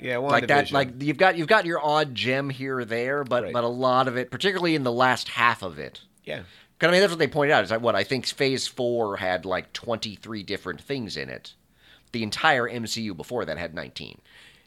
Speaker 1: yeah
Speaker 2: like that
Speaker 1: WandaVision.
Speaker 2: like you've got you've got your odd gem here or there but
Speaker 1: Right.
Speaker 2: but a lot of it particularly in the last half of it
Speaker 1: yeah,
Speaker 2: because i mean that's what they pointed out is like what i think phase four had like 23 different things in it the entire mcu before that had 19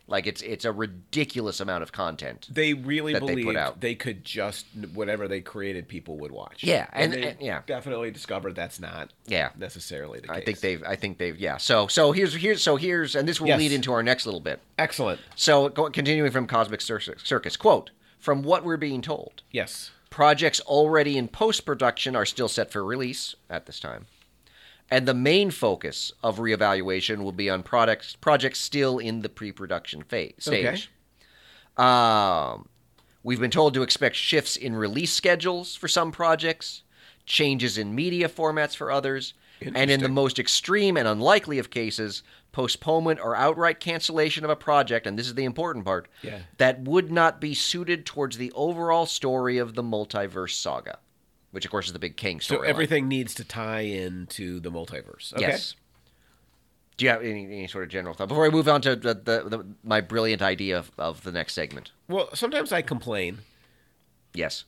Speaker 2: like it's it's a ridiculous amount of content
Speaker 1: they really
Speaker 2: that they put
Speaker 1: believed
Speaker 2: out.
Speaker 1: they could just whatever they created, people would watch.
Speaker 2: Yeah, and-
Speaker 1: they
Speaker 2: and- yeah.
Speaker 1: definitely discovered that's not
Speaker 2: Yeah.
Speaker 1: necessarily the case.
Speaker 2: i think they've i think they've yeah so so here's here's so here's and this will
Speaker 1: Yes.
Speaker 2: lead into our next little bit
Speaker 1: excellent.
Speaker 2: so go, continuing from cosmic circus, circus quote from what we're being told
Speaker 1: Yes,
Speaker 2: Projects already in post production are still set for release at this time. And the main focus of reevaluation will be on products projects still in the pre-production phase stage.
Speaker 1: Okay.
Speaker 2: Um, we've been told to expect shifts in release schedules for some projects, changes in media formats for others, and in the
Speaker 1: Interesting.
Speaker 2: most extreme and unlikely of cases, postponement or outright cancellation of a project. And this is the important part
Speaker 1: Yeah.
Speaker 2: that would not be suited towards the overall story of the multiverse saga, which of course is the big King
Speaker 1: so
Speaker 2: story.
Speaker 1: everything needs to tie into the multiverse. Okay.
Speaker 2: yes. Do you have any, any sort of general thought before I move on to the, the, the, my brilliant idea of, of the next segment?
Speaker 1: Well, sometimes I complain
Speaker 2: Yes,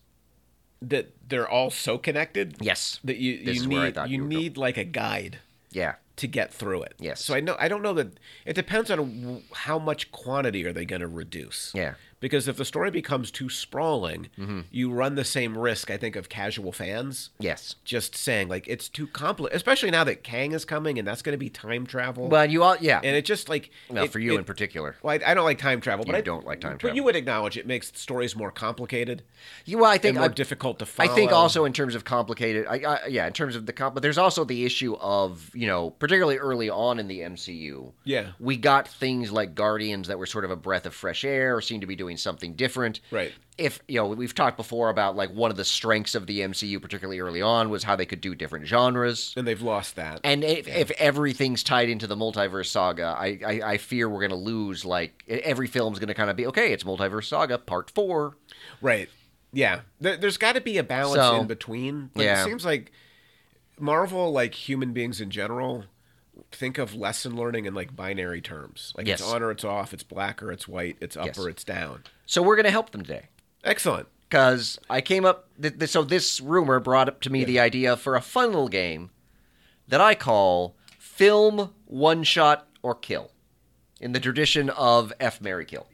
Speaker 1: that they're all so connected.
Speaker 2: yes,
Speaker 1: That you
Speaker 2: This
Speaker 1: you
Speaker 2: is
Speaker 1: need
Speaker 2: where I thought
Speaker 1: you,
Speaker 2: you were going.
Speaker 1: need like a guide.
Speaker 2: yeah,
Speaker 1: to get through it.
Speaker 2: Yes.
Speaker 1: So I know I don't know that it depends on w- how much quantity are they going to reduce.
Speaker 2: Yeah. Mm-hmm.
Speaker 1: Because if the story becomes too sprawling, you run the same risk I think of casual fans
Speaker 2: yes.
Speaker 1: just saying like it's too complex, especially now that Kang is coming and that's going to be time travel.
Speaker 2: Well, you all, yeah.
Speaker 1: and it just like
Speaker 2: Well,
Speaker 1: it-
Speaker 2: for you
Speaker 1: it-
Speaker 2: in particular,
Speaker 1: Well, I, I don't like time travel, but
Speaker 2: You
Speaker 1: I
Speaker 2: don't like time
Speaker 1: But you
Speaker 2: travel.
Speaker 1: would acknowledge it makes stories more complicated
Speaker 2: you well, I
Speaker 1: and
Speaker 2: think
Speaker 1: more
Speaker 2: I,
Speaker 1: difficult to
Speaker 2: I
Speaker 1: follow.
Speaker 2: think also in terms of complicated, I, I, yeah, in terms of the comp, but there's also the issue of you know, particularly early on in the MCU,
Speaker 1: Yeah.
Speaker 2: we got things like Guardians that were sort of a breath of fresh air, or seemed to be doing something different,
Speaker 1: Right.
Speaker 2: If you know, we've talked before about like one of the strengths of the MCU, particularly early on, was how they could do different genres.
Speaker 1: and they've lost that.
Speaker 2: And if, if everything's tied into the multiverse saga, I, I, I fear we're going to lose. Like e-, every film's going to kind of be okay. It's multiverse saga part four.
Speaker 1: Right. Yeah. There, there's got to be a balance
Speaker 2: So-
Speaker 1: in between. But
Speaker 2: Yeah.
Speaker 1: It seems like Marvel, like human beings in general, think of lesson learning in like binary terms. Like
Speaker 2: Yes.
Speaker 1: it's on or it's off, it's black or it's white, it's up
Speaker 2: Yes.
Speaker 1: or it's down.
Speaker 2: So we're going to help them today.
Speaker 1: Excellent.
Speaker 2: because I came up. Th- th- so this rumor brought up to me the idea for a fun little game that I call film one shot or kill, in the tradition of F Mary Kill.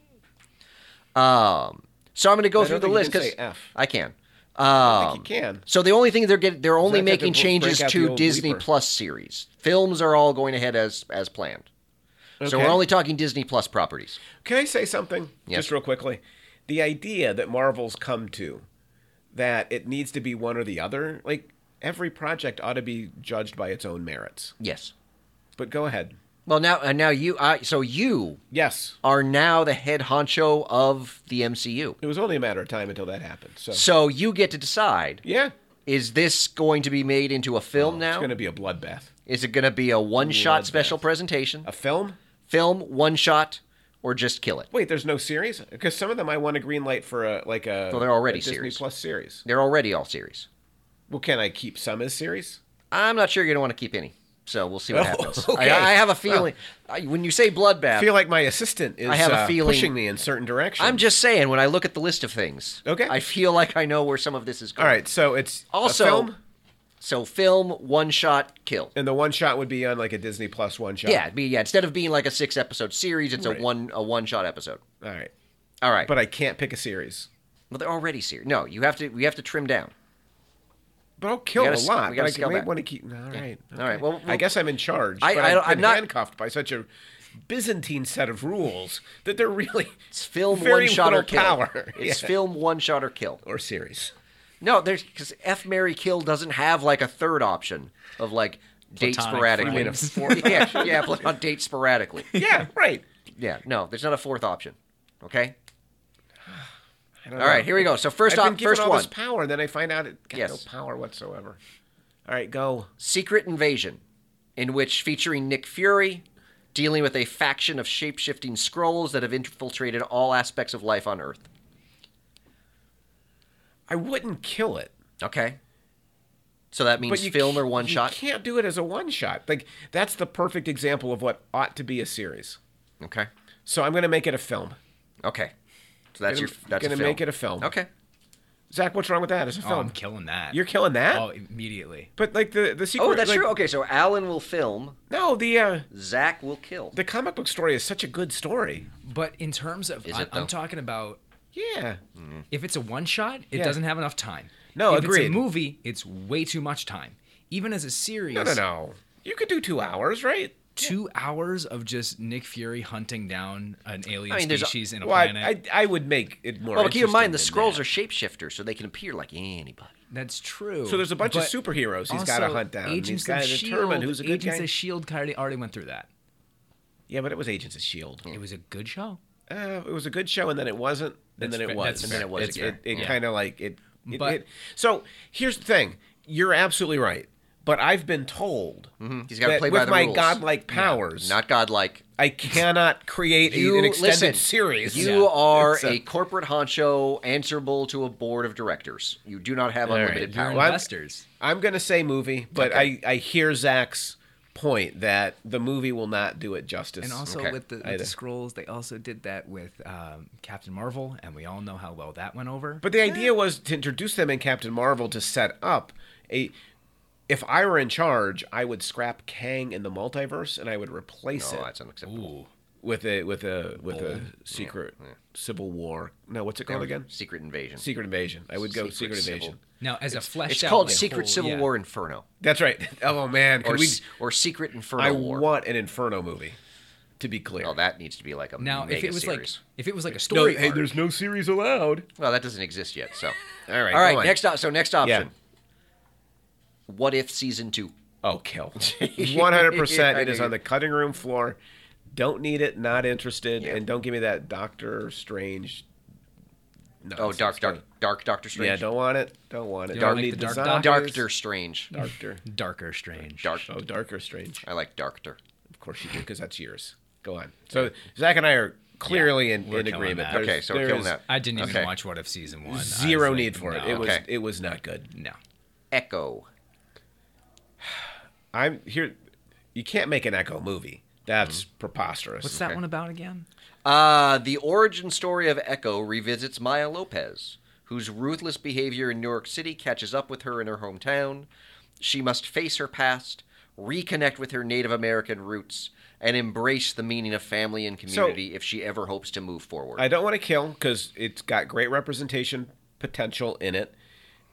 Speaker 2: Um, so I'm going to go
Speaker 1: I don't
Speaker 2: through the
Speaker 1: think you
Speaker 2: list
Speaker 1: can say
Speaker 2: because
Speaker 1: F.
Speaker 2: I can.
Speaker 1: I
Speaker 2: Um,
Speaker 1: think you can.
Speaker 2: so the only thing they're getting, they're only
Speaker 1: that they
Speaker 2: making
Speaker 1: br-
Speaker 2: changes
Speaker 1: break out the
Speaker 2: to
Speaker 1: old
Speaker 2: Disney
Speaker 1: bleeper.
Speaker 2: Plus series. Films are all going ahead as as planned.
Speaker 1: Okay.
Speaker 2: So we're only talking Disney Plus properties.
Speaker 1: Can I say something?
Speaker 2: Yes.
Speaker 1: Just real quickly. The idea that Marvel's come to that it needs to be one or the other, like every project ought to be judged by its own merits.
Speaker 2: Yes.
Speaker 1: But go ahead.
Speaker 2: Well, now and now you, I, so you
Speaker 1: Yes,
Speaker 2: are now the head honcho of the MCU.
Speaker 1: it was only a matter of time until that happened. So,
Speaker 2: So you get to decide:
Speaker 1: yeah,
Speaker 2: is this going to be made into a film
Speaker 1: it's
Speaker 2: now?
Speaker 1: going to be a bloodbath.
Speaker 2: Is it going to be a one-shot
Speaker 1: Bloodbath.
Speaker 2: special presentation,
Speaker 1: A film?
Speaker 2: film one-shot, or just kill it?
Speaker 1: Wait, there's no series because some of them I want a green light for a like a.
Speaker 2: Well, they're already
Speaker 1: a Disney
Speaker 2: series.
Speaker 1: Plus series.
Speaker 2: They're already all series.
Speaker 1: Well, can I keep some as series?
Speaker 2: I'm not sure you're going to want to keep any. So we'll see what
Speaker 1: Oh,
Speaker 2: happens.
Speaker 1: okay.
Speaker 2: I, I have a feeling I, when you say bloodbath,
Speaker 1: I feel like my assistant is
Speaker 2: I have a
Speaker 1: uh,
Speaker 2: feeling-
Speaker 1: pushing me in certain directions.
Speaker 2: I'm just saying when I look at the list of things,
Speaker 1: Okay.
Speaker 2: I feel like I know where some of this is
Speaker 1: all
Speaker 2: going.
Speaker 1: right. So it's a
Speaker 2: Also,
Speaker 1: film,
Speaker 2: so film one shot kill.
Speaker 1: and the one shot would be on like a Disney Plus one shot.
Speaker 2: Yeah, it'd be, yeah. Instead of being like a six episode series, it's
Speaker 1: Right.
Speaker 2: a one a one shot episode.
Speaker 1: All right,
Speaker 2: All right,
Speaker 1: but I can't pick a series.
Speaker 2: well they're already series. No, you have to you have to trim down.
Speaker 1: But I'll kill
Speaker 2: We
Speaker 1: a
Speaker 2: gotta sc-
Speaker 1: lot. but
Speaker 2: we gotta
Speaker 1: I
Speaker 2: scale
Speaker 1: may
Speaker 2: back.
Speaker 1: want to keep. All right.
Speaker 2: All right,
Speaker 1: okay.
Speaker 2: well-
Speaker 1: I
Speaker 2: well-
Speaker 1: guess I'm in charge.
Speaker 2: I-
Speaker 1: but
Speaker 2: I
Speaker 1: I'm,
Speaker 2: don't- I'm
Speaker 1: been
Speaker 2: not-
Speaker 1: handcuffed by such a Byzantine set of rules that they're really
Speaker 2: It's film
Speaker 1: Very
Speaker 2: one shot or
Speaker 1: little
Speaker 2: kill.
Speaker 1: power.
Speaker 2: It's
Speaker 1: Yeah.
Speaker 2: film one shot or kill.
Speaker 1: or series.
Speaker 2: No, there's because F Mary Kill doesn't have like a third option of like date
Speaker 3: Platonic
Speaker 2: sporadically.
Speaker 3: You mean a friends.
Speaker 2: yeah, yeah, pla- on date sporadically.
Speaker 1: Yeah. Right.
Speaker 2: Yeah, no, there's not a fourth option. Okay.
Speaker 1: I don't
Speaker 2: All right,
Speaker 1: know.
Speaker 2: here we go. So first
Speaker 1: I've
Speaker 2: off,
Speaker 1: been given
Speaker 2: first
Speaker 1: all
Speaker 2: one,
Speaker 1: this power, and then I find out it got
Speaker 2: Yes.
Speaker 1: no power whatsoever. All right, go.
Speaker 2: Secret Invasion, in which featuring Nick Fury, dealing with a faction of shape-shifting scrolls that have infiltrated all aspects of life on Earth.
Speaker 1: I wouldn't kill it,
Speaker 2: Okay. So that means
Speaker 1: but you
Speaker 2: film
Speaker 1: c-
Speaker 2: or one
Speaker 1: you
Speaker 2: shot.
Speaker 1: can't do it as a one shot. Like that's the perfect example of what ought to be a series.
Speaker 2: Okay.
Speaker 1: So I'm going to make it a film.
Speaker 2: Okay. So
Speaker 1: Gonna-
Speaker 2: that's your that's
Speaker 1: gonna
Speaker 2: a film.
Speaker 1: make it a film.
Speaker 2: Okay.
Speaker 1: Zach, what's wrong with that? It's a
Speaker 3: Oh, I'm
Speaker 1: film.
Speaker 3: killing that.
Speaker 1: You're killing that.
Speaker 3: Oh, immediately.
Speaker 1: But like the the secret.
Speaker 2: Oh, that's
Speaker 1: like-
Speaker 2: true. Okay, so Alan will film,
Speaker 1: No, the uh,
Speaker 2: Zach will kill.
Speaker 1: the comic book story is such a good story.
Speaker 3: But in terms of,
Speaker 2: Is
Speaker 3: I,
Speaker 2: it, though?
Speaker 3: I'm talking about
Speaker 1: Yeah.
Speaker 2: Mm,
Speaker 3: If it's a one shot, it
Speaker 1: Yeah.
Speaker 3: doesn't have enough time.
Speaker 1: No,
Speaker 3: if
Speaker 1: agreed.
Speaker 3: it's a movie, it's way too much time. Even as a series,
Speaker 1: No, no, no. You could do two hours, right?
Speaker 3: two hours of just Nick Fury hunting down an alien
Speaker 2: I mean, there's a-
Speaker 3: species in a
Speaker 1: Well, I,
Speaker 3: planet.
Speaker 1: I, I would make it more.
Speaker 2: Well, but keep in mind the scrolls
Speaker 1: are.
Speaker 2: are shapeshifters, so they can appear like anybody.
Speaker 3: That's true.
Speaker 1: So there's a bunch of
Speaker 3: But
Speaker 1: superheroes he's
Speaker 3: also,
Speaker 1: gotta hunt down, and he's
Speaker 3: Agents
Speaker 1: gotta
Speaker 3: of
Speaker 1: determine
Speaker 3: Shield-
Speaker 1: who's a good
Speaker 3: E Agents
Speaker 1: guy.
Speaker 3: of Shield already already went through that.
Speaker 1: Yeah, but it was Agents of Shield.
Speaker 3: It was a good show.
Speaker 1: E Uh, it was a good show, and then it wasn't, and
Speaker 3: That's
Speaker 1: then it
Speaker 3: fair-
Speaker 1: was,
Speaker 3: that's
Speaker 1: and
Speaker 3: fair.
Speaker 1: then it was.
Speaker 2: That's
Speaker 1: It,
Speaker 2: fair. Yeah.
Speaker 1: kind of like it. it,
Speaker 3: But-
Speaker 1: it- so here's the thing: you're absolutely right, but I've been told
Speaker 2: Mm-hmm. He's gotta
Speaker 1: that
Speaker 2: play by
Speaker 1: with
Speaker 2: the
Speaker 1: my
Speaker 2: rules.
Speaker 1: godlike powers,
Speaker 2: Not godlike.
Speaker 1: I cannot create a- an extended
Speaker 2: listen,
Speaker 1: series.
Speaker 2: You
Speaker 3: Yeah.
Speaker 2: are
Speaker 1: It's
Speaker 2: a,
Speaker 1: a-
Speaker 2: corporate honcho answerable to a board of directors. You do not have
Speaker 1: All right,
Speaker 2: unlimited
Speaker 1: you're
Speaker 2: power.
Speaker 1: Uh,
Speaker 2: Oh,
Speaker 1: Well, I'm-
Speaker 3: Investors.
Speaker 1: I'm gonna say movie, but
Speaker 2: Okay.
Speaker 1: I I hear Zach's point that the movie will not do it justice.
Speaker 3: And also
Speaker 2: Okay.
Speaker 3: with the, with
Speaker 1: Either.
Speaker 3: the scrolls, they also did that with um, Captain Marvel, and we all know how well that went over.
Speaker 1: But the idea was to introduce them in Captain Marvel to set up a. If I were in charge, I would scrap Kang in the multiverse and I would replace
Speaker 2: No,
Speaker 1: it
Speaker 2: Oh, that's unacceptable.
Speaker 3: Ooh,
Speaker 1: with a with a with a
Speaker 3: Bold.
Speaker 1: secret civil war. No, what's it called again?
Speaker 2: Secret invasion.
Speaker 1: Secret invasion. I would go secret,
Speaker 2: Secret Civil.
Speaker 1: invasion.
Speaker 3: now as a flesh,
Speaker 2: it's called Secret Civil War Inferno,
Speaker 1: That's right. Oh man,
Speaker 2: or
Speaker 1: could we?
Speaker 2: s- or Secret Inferno
Speaker 1: I
Speaker 2: War.
Speaker 1: want an Inferno movie. To be clear.
Speaker 2: Well, Oh, that needs to be like a
Speaker 3: Now,
Speaker 2: mega
Speaker 3: if it was
Speaker 2: series.
Speaker 3: like if it was like a
Speaker 1: no,
Speaker 3: story,
Speaker 1: hey,
Speaker 3: arc,
Speaker 1: there's no series allowed.
Speaker 2: well, that doesn't exist yet. So,
Speaker 1: All right,
Speaker 2: all right.
Speaker 1: go on.
Speaker 2: Next op- so next
Speaker 1: Yeah.
Speaker 2: option. What if season two?
Speaker 1: Oh, kill. 100%.
Speaker 2: I
Speaker 1: it is
Speaker 2: knew
Speaker 1: on the cutting room floor. Don't need it. Not interested.
Speaker 2: Yeah.
Speaker 1: And don't give me that Doctor Strange.
Speaker 2: Oh,
Speaker 1: nonsense.
Speaker 2: dark, dark, dark Doctor Strange.
Speaker 1: Oh, Yeah, don't want it. Don't want it.
Speaker 3: You
Speaker 1: Don't
Speaker 3: don't like
Speaker 1: need
Speaker 3: the
Speaker 1: the design.
Speaker 3: Dark
Speaker 2: Doctor Strange.
Speaker 1: Darker.
Speaker 3: darker, strange,
Speaker 2: Dark.
Speaker 1: Oh, Darker Strange.
Speaker 2: I like Doctor.
Speaker 1: Of course you do, because that's yours. Go on. So Zach and I are clearly in,
Speaker 3: we're
Speaker 1: in
Speaker 3: killing
Speaker 1: agreement.
Speaker 3: that.
Speaker 1: There's-
Speaker 2: Okay, so we're
Speaker 1: there
Speaker 2: killing
Speaker 1: is
Speaker 2: that.
Speaker 3: I didn't even
Speaker 2: Okay.
Speaker 3: watch What If season one. I was
Speaker 1: Zero
Speaker 3: like,
Speaker 1: need for it.
Speaker 3: no,
Speaker 1: It was
Speaker 2: Okay.
Speaker 1: it was not good.
Speaker 3: no.
Speaker 2: Echo.
Speaker 1: I'm here. You can't make an Echo movie. That's
Speaker 2: Mm-hmm.
Speaker 1: preposterous.
Speaker 3: What's
Speaker 2: Okay.
Speaker 3: that one about again?
Speaker 2: Uh, the origin story of Echo revisits Maya Lopez, whose ruthless behavior in New York City catches up with her in her hometown. She must face her past, reconnect with her Native American roots, and embrace the meaning of family and community if she ever hopes to move forward.
Speaker 1: I don't want to kill because it's got great representation potential in it.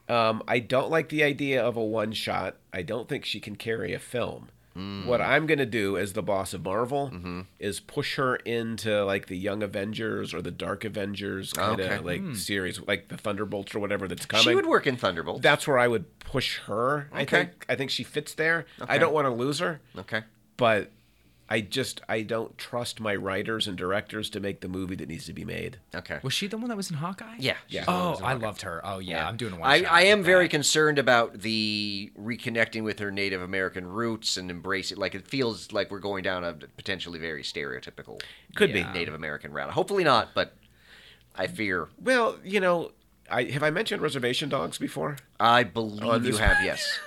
Speaker 1: Um, I don't like the idea of a one shot. I don't think she can carry a film.
Speaker 2: Mm.
Speaker 1: What I'm gonna do as the boss of Marvel
Speaker 2: Mm-hmm.
Speaker 1: is push her into like the Young Avengers or the Dark Avengers kind of
Speaker 2: Okay.
Speaker 1: like series, like the Thunderbolts or whatever that's coming.
Speaker 2: she would work in Thunderbolt.
Speaker 1: That's where I would push her. I
Speaker 2: Okay.
Speaker 1: think I think she fits there. I
Speaker 2: Okay.
Speaker 1: don't want to lose her,
Speaker 2: okay.
Speaker 1: but I just I don't trust my writers and directors to make the movie that needs to be made.
Speaker 2: Okay.
Speaker 3: Was she the one that was in Hawkeye?
Speaker 2: Yeah, she's Yeah. the one that
Speaker 3: Oh,
Speaker 2: was in
Speaker 3: I loved her. Oh yeah, I'm doing a one.
Speaker 2: I,
Speaker 3: shot
Speaker 2: I am
Speaker 3: with
Speaker 2: very
Speaker 3: that.
Speaker 2: concerned about the reconnecting with her Native American roots and embracing. Like it feels like we're going down a potentially very stereotypical
Speaker 1: Could
Speaker 3: be.
Speaker 2: Native American route. Hopefully not, but I fear.
Speaker 1: Well, you know, I have I mentioned Reservation Dogs before.
Speaker 2: I believe you
Speaker 1: Oh, this-
Speaker 2: have yes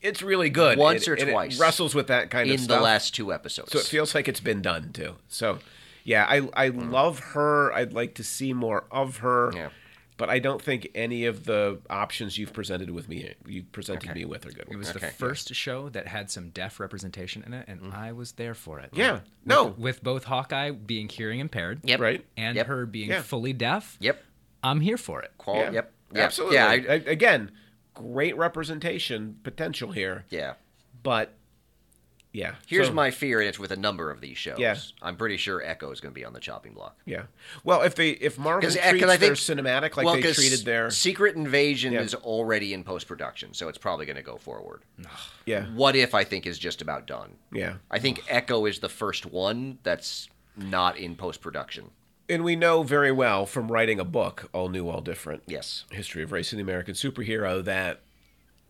Speaker 1: It's really good.
Speaker 2: Once
Speaker 1: It-
Speaker 2: or
Speaker 1: and
Speaker 2: twice.
Speaker 1: It wrestles with that kind of
Speaker 2: in
Speaker 1: stuff.
Speaker 2: the last two episodes.
Speaker 1: So it feels like it's been done too. So yeah, I I love her. I'd like to see more of her.
Speaker 2: Hmm. Yeah.
Speaker 1: But I don't think any of the options you've presented with me you presented me with are good.
Speaker 3: It was
Speaker 2: Okay,
Speaker 3: the
Speaker 2: yeah. Mm-hmm.
Speaker 3: first show that had some deaf representation in it, and I was there for it.
Speaker 1: Yeah.
Speaker 3: With-
Speaker 1: No.
Speaker 3: With both Hawkeye being hearing impaired,
Speaker 2: Yep.
Speaker 1: right.
Speaker 3: and
Speaker 2: Yep.
Speaker 3: her being
Speaker 1: Yeah.
Speaker 3: fully deaf,
Speaker 2: Yep.
Speaker 3: I'm here for it.
Speaker 2: Qual- Yep. Yep.
Speaker 1: Absolutely.
Speaker 2: Yeah.
Speaker 1: Yeah.
Speaker 2: I,
Speaker 1: again, great representation potential here,
Speaker 2: yeah.
Speaker 1: but yeah.
Speaker 2: Here's
Speaker 1: So,
Speaker 2: my fear, and it's with a number of these shows.
Speaker 1: Yeah.
Speaker 2: I'm pretty sure Echo is going to be on the chopping block.
Speaker 1: yeah. Well, if they if Marvel
Speaker 2: Because
Speaker 1: treats
Speaker 2: I
Speaker 1: their
Speaker 2: think
Speaker 1: cinematic like
Speaker 2: well,
Speaker 1: they
Speaker 2: 'cause
Speaker 1: treated their
Speaker 2: Secret Invasion
Speaker 1: Yeah.
Speaker 2: is already in post production, so it's probably going to go forward.
Speaker 1: yeah
Speaker 2: What if I think is just about done.
Speaker 1: yeah,
Speaker 2: I think Echo is the first one that's not in post production.
Speaker 1: and we know very well from writing a book, all new, all different.
Speaker 2: Yes.
Speaker 1: history of race in the American superhero that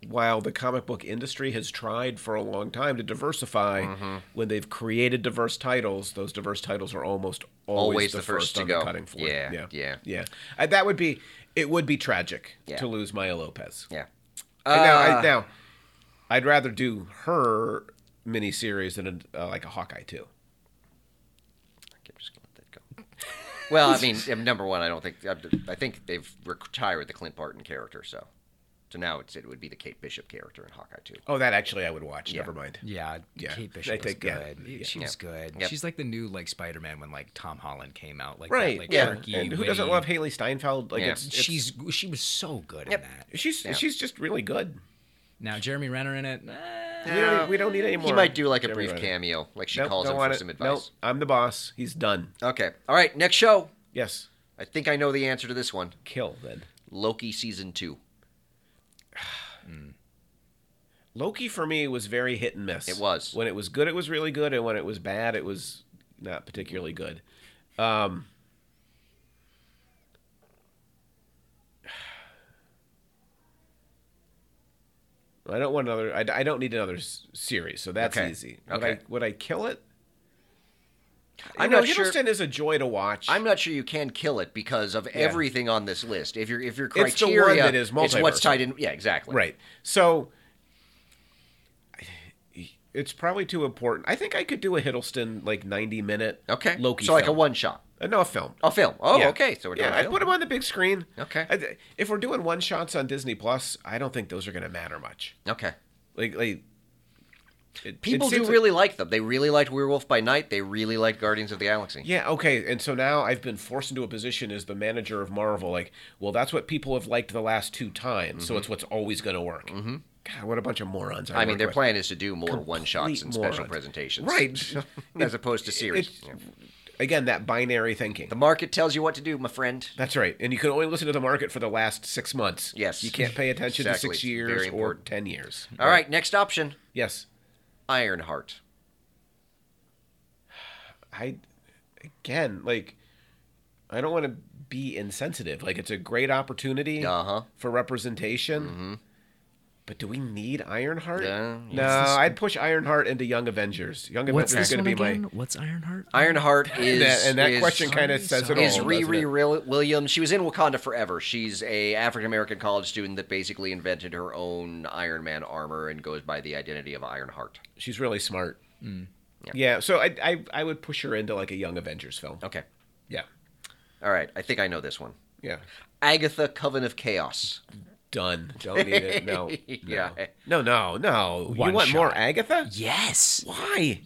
Speaker 1: while the comic book industry has tried for a long time to diversify,
Speaker 2: Mm-hmm.
Speaker 1: when they've created diverse titles, those diverse titles are almost always,
Speaker 2: Always
Speaker 1: the,
Speaker 2: the
Speaker 1: first,
Speaker 2: first to
Speaker 1: on
Speaker 2: go.
Speaker 1: the cutting floor.
Speaker 2: Yeah,
Speaker 1: yeah,
Speaker 2: yeah.
Speaker 1: yeah. Uh, that would be it. Would be tragic
Speaker 2: Yeah.
Speaker 1: to lose Maya Lopez.
Speaker 2: Yeah.
Speaker 1: And now,
Speaker 2: Uh,
Speaker 1: I, now, I'd rather do her miniseries than a, uh, like a Hawkeye too.
Speaker 2: I'm just gonna let that go. Well, I mean, um, number one, I don't think I think they've retired the Clint Barton character, so so now it's it would be the Kate Bishop character in Hawkeye too.
Speaker 1: Oh, that actually I would watch.
Speaker 2: Yeah.
Speaker 1: Never mind.
Speaker 3: Yeah,
Speaker 1: Yeah.
Speaker 3: Kate
Speaker 1: I
Speaker 3: Bishop was
Speaker 1: think, yeah,
Speaker 3: good. She
Speaker 2: yeah.
Speaker 3: was good.
Speaker 2: Yep.
Speaker 3: She's like the new like Spider-Man when like Tom Holland came out, like
Speaker 1: Right.
Speaker 3: That, like,
Speaker 1: yeah.
Speaker 3: quirky,
Speaker 1: and who doesn't
Speaker 3: witty-
Speaker 1: love Haley Steinfeld? Like
Speaker 2: Yeah.
Speaker 1: it's, it's-
Speaker 3: She's she was so good
Speaker 2: Yep.
Speaker 3: in that.
Speaker 1: she's
Speaker 2: Yeah.
Speaker 1: she's just really good.
Speaker 3: Now Jeremy Renner in it. eh,
Speaker 1: We don't, e, we don't need any more.
Speaker 2: Uh, He might do like a
Speaker 1: Jeremy
Speaker 2: brief
Speaker 1: Renner.
Speaker 2: cameo, like she
Speaker 1: Nope,
Speaker 2: calls
Speaker 1: don't
Speaker 2: him
Speaker 1: want
Speaker 2: for
Speaker 1: it.
Speaker 2: some advice.
Speaker 1: Nope, I'm the boss. He's done.
Speaker 2: Okay, all right, next show.
Speaker 1: Yes.
Speaker 2: I think I know the answer to this one.
Speaker 1: Kill then.
Speaker 2: Loki season two.
Speaker 1: Loki for me was very hit and miss.
Speaker 2: It was.
Speaker 1: When it was good, it was really good, and when it was bad, it was not particularly good. Um, I don't want another. I, I don't need another s- series, so that's
Speaker 2: Okay.
Speaker 1: easy. Would
Speaker 2: Okay.
Speaker 1: I would I kill it?
Speaker 2: I'm
Speaker 1: You know,
Speaker 2: not sure-
Speaker 1: Hiddleston is a joy to watch.
Speaker 2: I'm not sure you can kill it because of everything on this list. If your if your criteria
Speaker 1: It's the one that is
Speaker 2: it's what's
Speaker 1: multiversal.
Speaker 2: tied in. Yeah, exactly.
Speaker 1: Right. So it's probably too important. I think I could do a Hiddleston like ninety minute
Speaker 2: Okay.
Speaker 1: Loki.
Speaker 2: So like a
Speaker 1: film.
Speaker 2: one shot.
Speaker 1: Uh, no, a film.
Speaker 2: A film. Oh,
Speaker 1: Yeah.
Speaker 2: okay. So we're doing
Speaker 1: yeah,
Speaker 2: a
Speaker 1: I
Speaker 2: film.
Speaker 1: put them on the big screen.
Speaker 2: Okay.
Speaker 1: I- if we're doing one shots on Disney Plus, I don't think those are going to matter much.
Speaker 2: Okay.
Speaker 1: Like, like it- it
Speaker 2: People do
Speaker 1: seems like-
Speaker 2: really like them. They really liked Werewolf by Night. They really liked Guardians of the Galaxy.
Speaker 1: yeah. Okay. And so now I've been forced into a position as the manager of Marvel. Like, well, that's what people have liked the last two times, so it's what's always going to work. Mm-hmm. God, what a bunch of morons! I,
Speaker 2: Mm-hmm. I mean,
Speaker 1: work
Speaker 2: their
Speaker 1: with.
Speaker 2: plan is to do more one shots and
Speaker 1: morons.
Speaker 2: special presentations,
Speaker 1: Right.
Speaker 2: As opposed to series.
Speaker 1: It's-
Speaker 2: Yeah.
Speaker 1: Again, that binary thinking.
Speaker 2: The market tells you what to do, my friend.
Speaker 1: That's right. And you can only listen to the market for the last six months.
Speaker 2: Yes.
Speaker 1: You can't pay attention
Speaker 2: Exactly.
Speaker 1: to six
Speaker 2: It's very
Speaker 1: years or
Speaker 2: important.
Speaker 1: ten years.
Speaker 2: All right, next option:
Speaker 1: Yes.
Speaker 2: Ironheart.
Speaker 1: I again like I don't want to be insensitive. Like it's a great opportunity
Speaker 2: Uh-huh.
Speaker 1: for representation. But do we need Ironheart?
Speaker 2: Mm-hmm. Yeah, yeah.
Speaker 1: No, I'd push Ironheart into Young Avengers. Young
Speaker 3: What's
Speaker 1: Avengers
Speaker 3: this
Speaker 1: is going
Speaker 3: one
Speaker 1: to be
Speaker 3: again?
Speaker 1: my
Speaker 3: What's Ironheart?
Speaker 2: Ironheart is
Speaker 1: and that, and that
Speaker 2: is-
Speaker 1: question kind of says it all.
Speaker 2: is
Speaker 1: doesn't
Speaker 2: Riri
Speaker 1: it?
Speaker 2: Real- Williams. She was in Wakanda Forever. She's a African American college student that basically invented her own Iron Man armor and goes by the identity of Ironheart.
Speaker 1: She's really smart.
Speaker 3: Mm.
Speaker 1: Yeah. So I, I I would push her into like a Young Avengers film.
Speaker 2: Okay.
Speaker 1: Yeah.
Speaker 2: All right, I think I know this one.
Speaker 1: Yeah.
Speaker 2: Agatha Coven of Chaos.
Speaker 1: Done. Don't need it. Uh, No. no.
Speaker 2: Yeah.
Speaker 1: No. No. No.
Speaker 3: One
Speaker 1: you want more
Speaker 3: shot.
Speaker 1: Agatha?
Speaker 3: Yes.
Speaker 1: Why?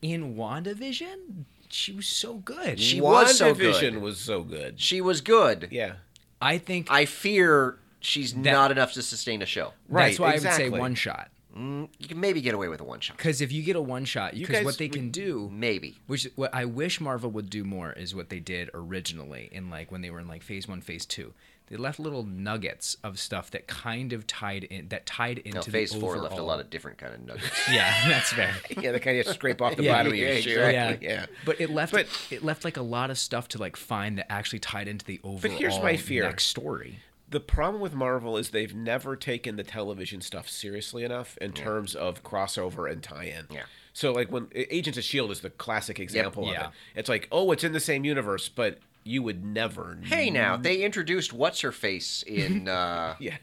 Speaker 3: In WandaVision, she was so good.
Speaker 2: She was so good.
Speaker 1: WandaVision was so good.
Speaker 2: She was good.
Speaker 1: Yeah.
Speaker 3: I think
Speaker 2: I fear she's not enough to sustain a show.
Speaker 1: Right,
Speaker 3: that's why I would
Speaker 1: exactly.
Speaker 3: say one shot.
Speaker 2: You can maybe get away with a one shot.
Speaker 3: Because if you get a one shot,
Speaker 1: You
Speaker 3: because
Speaker 1: guys-
Speaker 3: what they
Speaker 1: we-
Speaker 3: can do,
Speaker 2: Maybe.
Speaker 3: which what I wish Marvel would do more, is what they did originally in like when they were in like Phase One, Phase Two. They left little nuggets of stuff that kind of tied in that tied into
Speaker 2: No,
Speaker 3: the
Speaker 2: phase four left a
Speaker 3: overall-
Speaker 2: lot of different kind of nuggets.
Speaker 3: Yeah, that's fair.
Speaker 1: Yeah, they kind of scrape off the
Speaker 3: Yeah,
Speaker 1: bottom of your
Speaker 2: yeah,
Speaker 1: shoe.
Speaker 2: exactly.
Speaker 1: Yeah.
Speaker 3: But it left
Speaker 1: But-
Speaker 3: it left like a lot of stuff to like find that actually tied into the overall
Speaker 1: here's my fear.
Speaker 3: next story.
Speaker 1: The problem with Marvel is they've never taken the television stuff seriously enough in terms of crossover and tie-in.
Speaker 2: Yeah.
Speaker 1: So like when Agents of Shield E is the classic example
Speaker 3: yeah.
Speaker 1: of it. It's like, "Oh, it's in the same universe, but you would never."
Speaker 2: hey, now they introduced what's her face in uh,
Speaker 1: Yeah.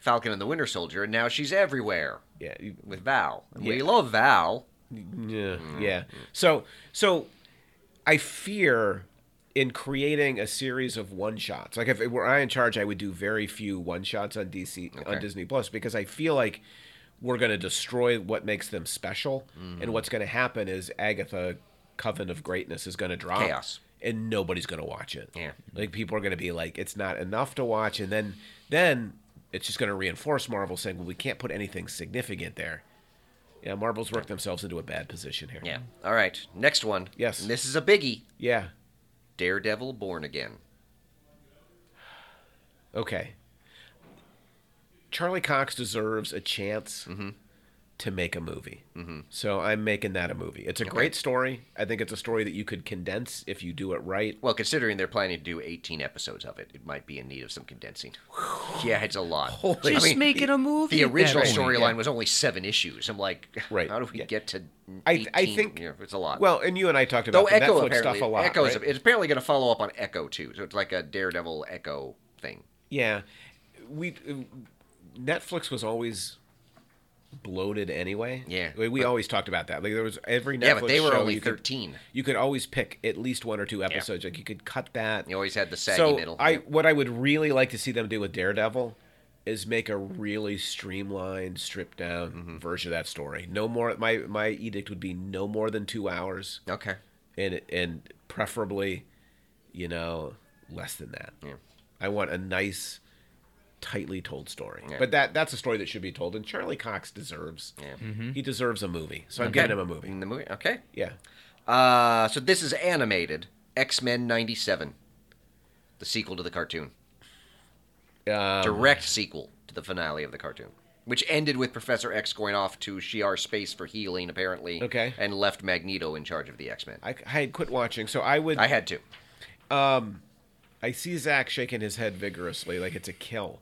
Speaker 2: Falcon and the Winter Soldier, and now she's everywhere
Speaker 1: Yeah. you-
Speaker 2: with Val. And We
Speaker 1: Yeah.
Speaker 2: love Val.
Speaker 1: Yeah,
Speaker 2: Mm-hmm.
Speaker 1: yeah. So, so I fear in creating a series of one shots. Like if it were I in charge, I would do very few one shots on DC
Speaker 2: Okay.
Speaker 1: on Disney Plus because I feel like we're going to destroy what makes them special,
Speaker 2: Mm-hmm.
Speaker 1: and what's going to happen is Agatha Coven of Greatness is going to drop
Speaker 2: Chaos.
Speaker 1: and nobody's going to watch it.
Speaker 2: Yeah.
Speaker 1: like people are going to be like, it's not enough to watch, and then then. It's just going to reinforce Marvel saying, "Well, we can't put anything significant there." Yeah, Marvel's worked themselves into a bad position here.
Speaker 2: Yeah. All right. Next one.
Speaker 1: Yes.
Speaker 2: And this is a biggie.
Speaker 1: Yeah.
Speaker 2: Daredevil Born Again.
Speaker 1: Okay. Charlie Cox deserves a chance
Speaker 2: Mm-hmm.
Speaker 1: to make a movie. So I'm making that a movie. It's a great story. I think it's a story that you could condense if you do it right.
Speaker 2: Well, considering they're planning to do 18 episodes of it, it might be in need of some condensing. yeah, it's a lot.
Speaker 3: Just make it a movie
Speaker 2: The
Speaker 3: at that
Speaker 2: original
Speaker 3: point.
Speaker 2: storyline
Speaker 1: Yeah.
Speaker 2: was only seven issues. I'm like,
Speaker 1: Right,
Speaker 2: how do we
Speaker 1: yeah.
Speaker 2: get to 18?
Speaker 1: I, I think
Speaker 2: Yeah, it's a lot.
Speaker 1: Well, and you and I talked about
Speaker 2: though
Speaker 1: the
Speaker 2: Echo
Speaker 1: Netflix
Speaker 2: apparently,
Speaker 1: stuff a lot.
Speaker 2: Echo is,
Speaker 1: right?
Speaker 2: it's apparently going to follow up on Echo too. So it's like a Daredevil Echo thing.
Speaker 1: Yeah, we Netflix was always bloated anyway.
Speaker 2: Yeah,
Speaker 1: we, we always talked about that. Like there was every Netflix
Speaker 2: yeah, but they were
Speaker 1: show
Speaker 2: only
Speaker 1: you could-
Speaker 2: 13.
Speaker 1: you could always pick at least one or two episodes. Like you could cut that.
Speaker 2: You always had the saggy
Speaker 1: so
Speaker 2: middle.
Speaker 1: I what I would really like to see them do with Daredevil is make a really streamlined, stripped down
Speaker 2: Mm-hmm.
Speaker 1: version of that story. No more. My my edict would be no more than two hours,
Speaker 2: okay.
Speaker 1: and and preferably, you know, less than that.
Speaker 2: Yeah.
Speaker 1: I want a nice, tightly told story.
Speaker 2: Yeah.
Speaker 1: But that that's a story that should be told, and Charlie Cox deserves.
Speaker 2: Yeah.
Speaker 1: He deserves a movie, so I'm giving him a movie.
Speaker 2: In the movie. Okay.
Speaker 1: Yeah.
Speaker 2: Uh, so this is animated X Men '97, the sequel to the cartoon,
Speaker 1: Um,
Speaker 2: direct sequel to the finale of the cartoon, which ended with Professor X going off to Shi'ar space for healing, apparently.
Speaker 1: Okay.
Speaker 2: And left Magneto in charge of the X Men. I,
Speaker 1: I, I had quit watching, so I would.
Speaker 2: had to.
Speaker 1: I see Zach shaking his head vigorously, like it's a kill.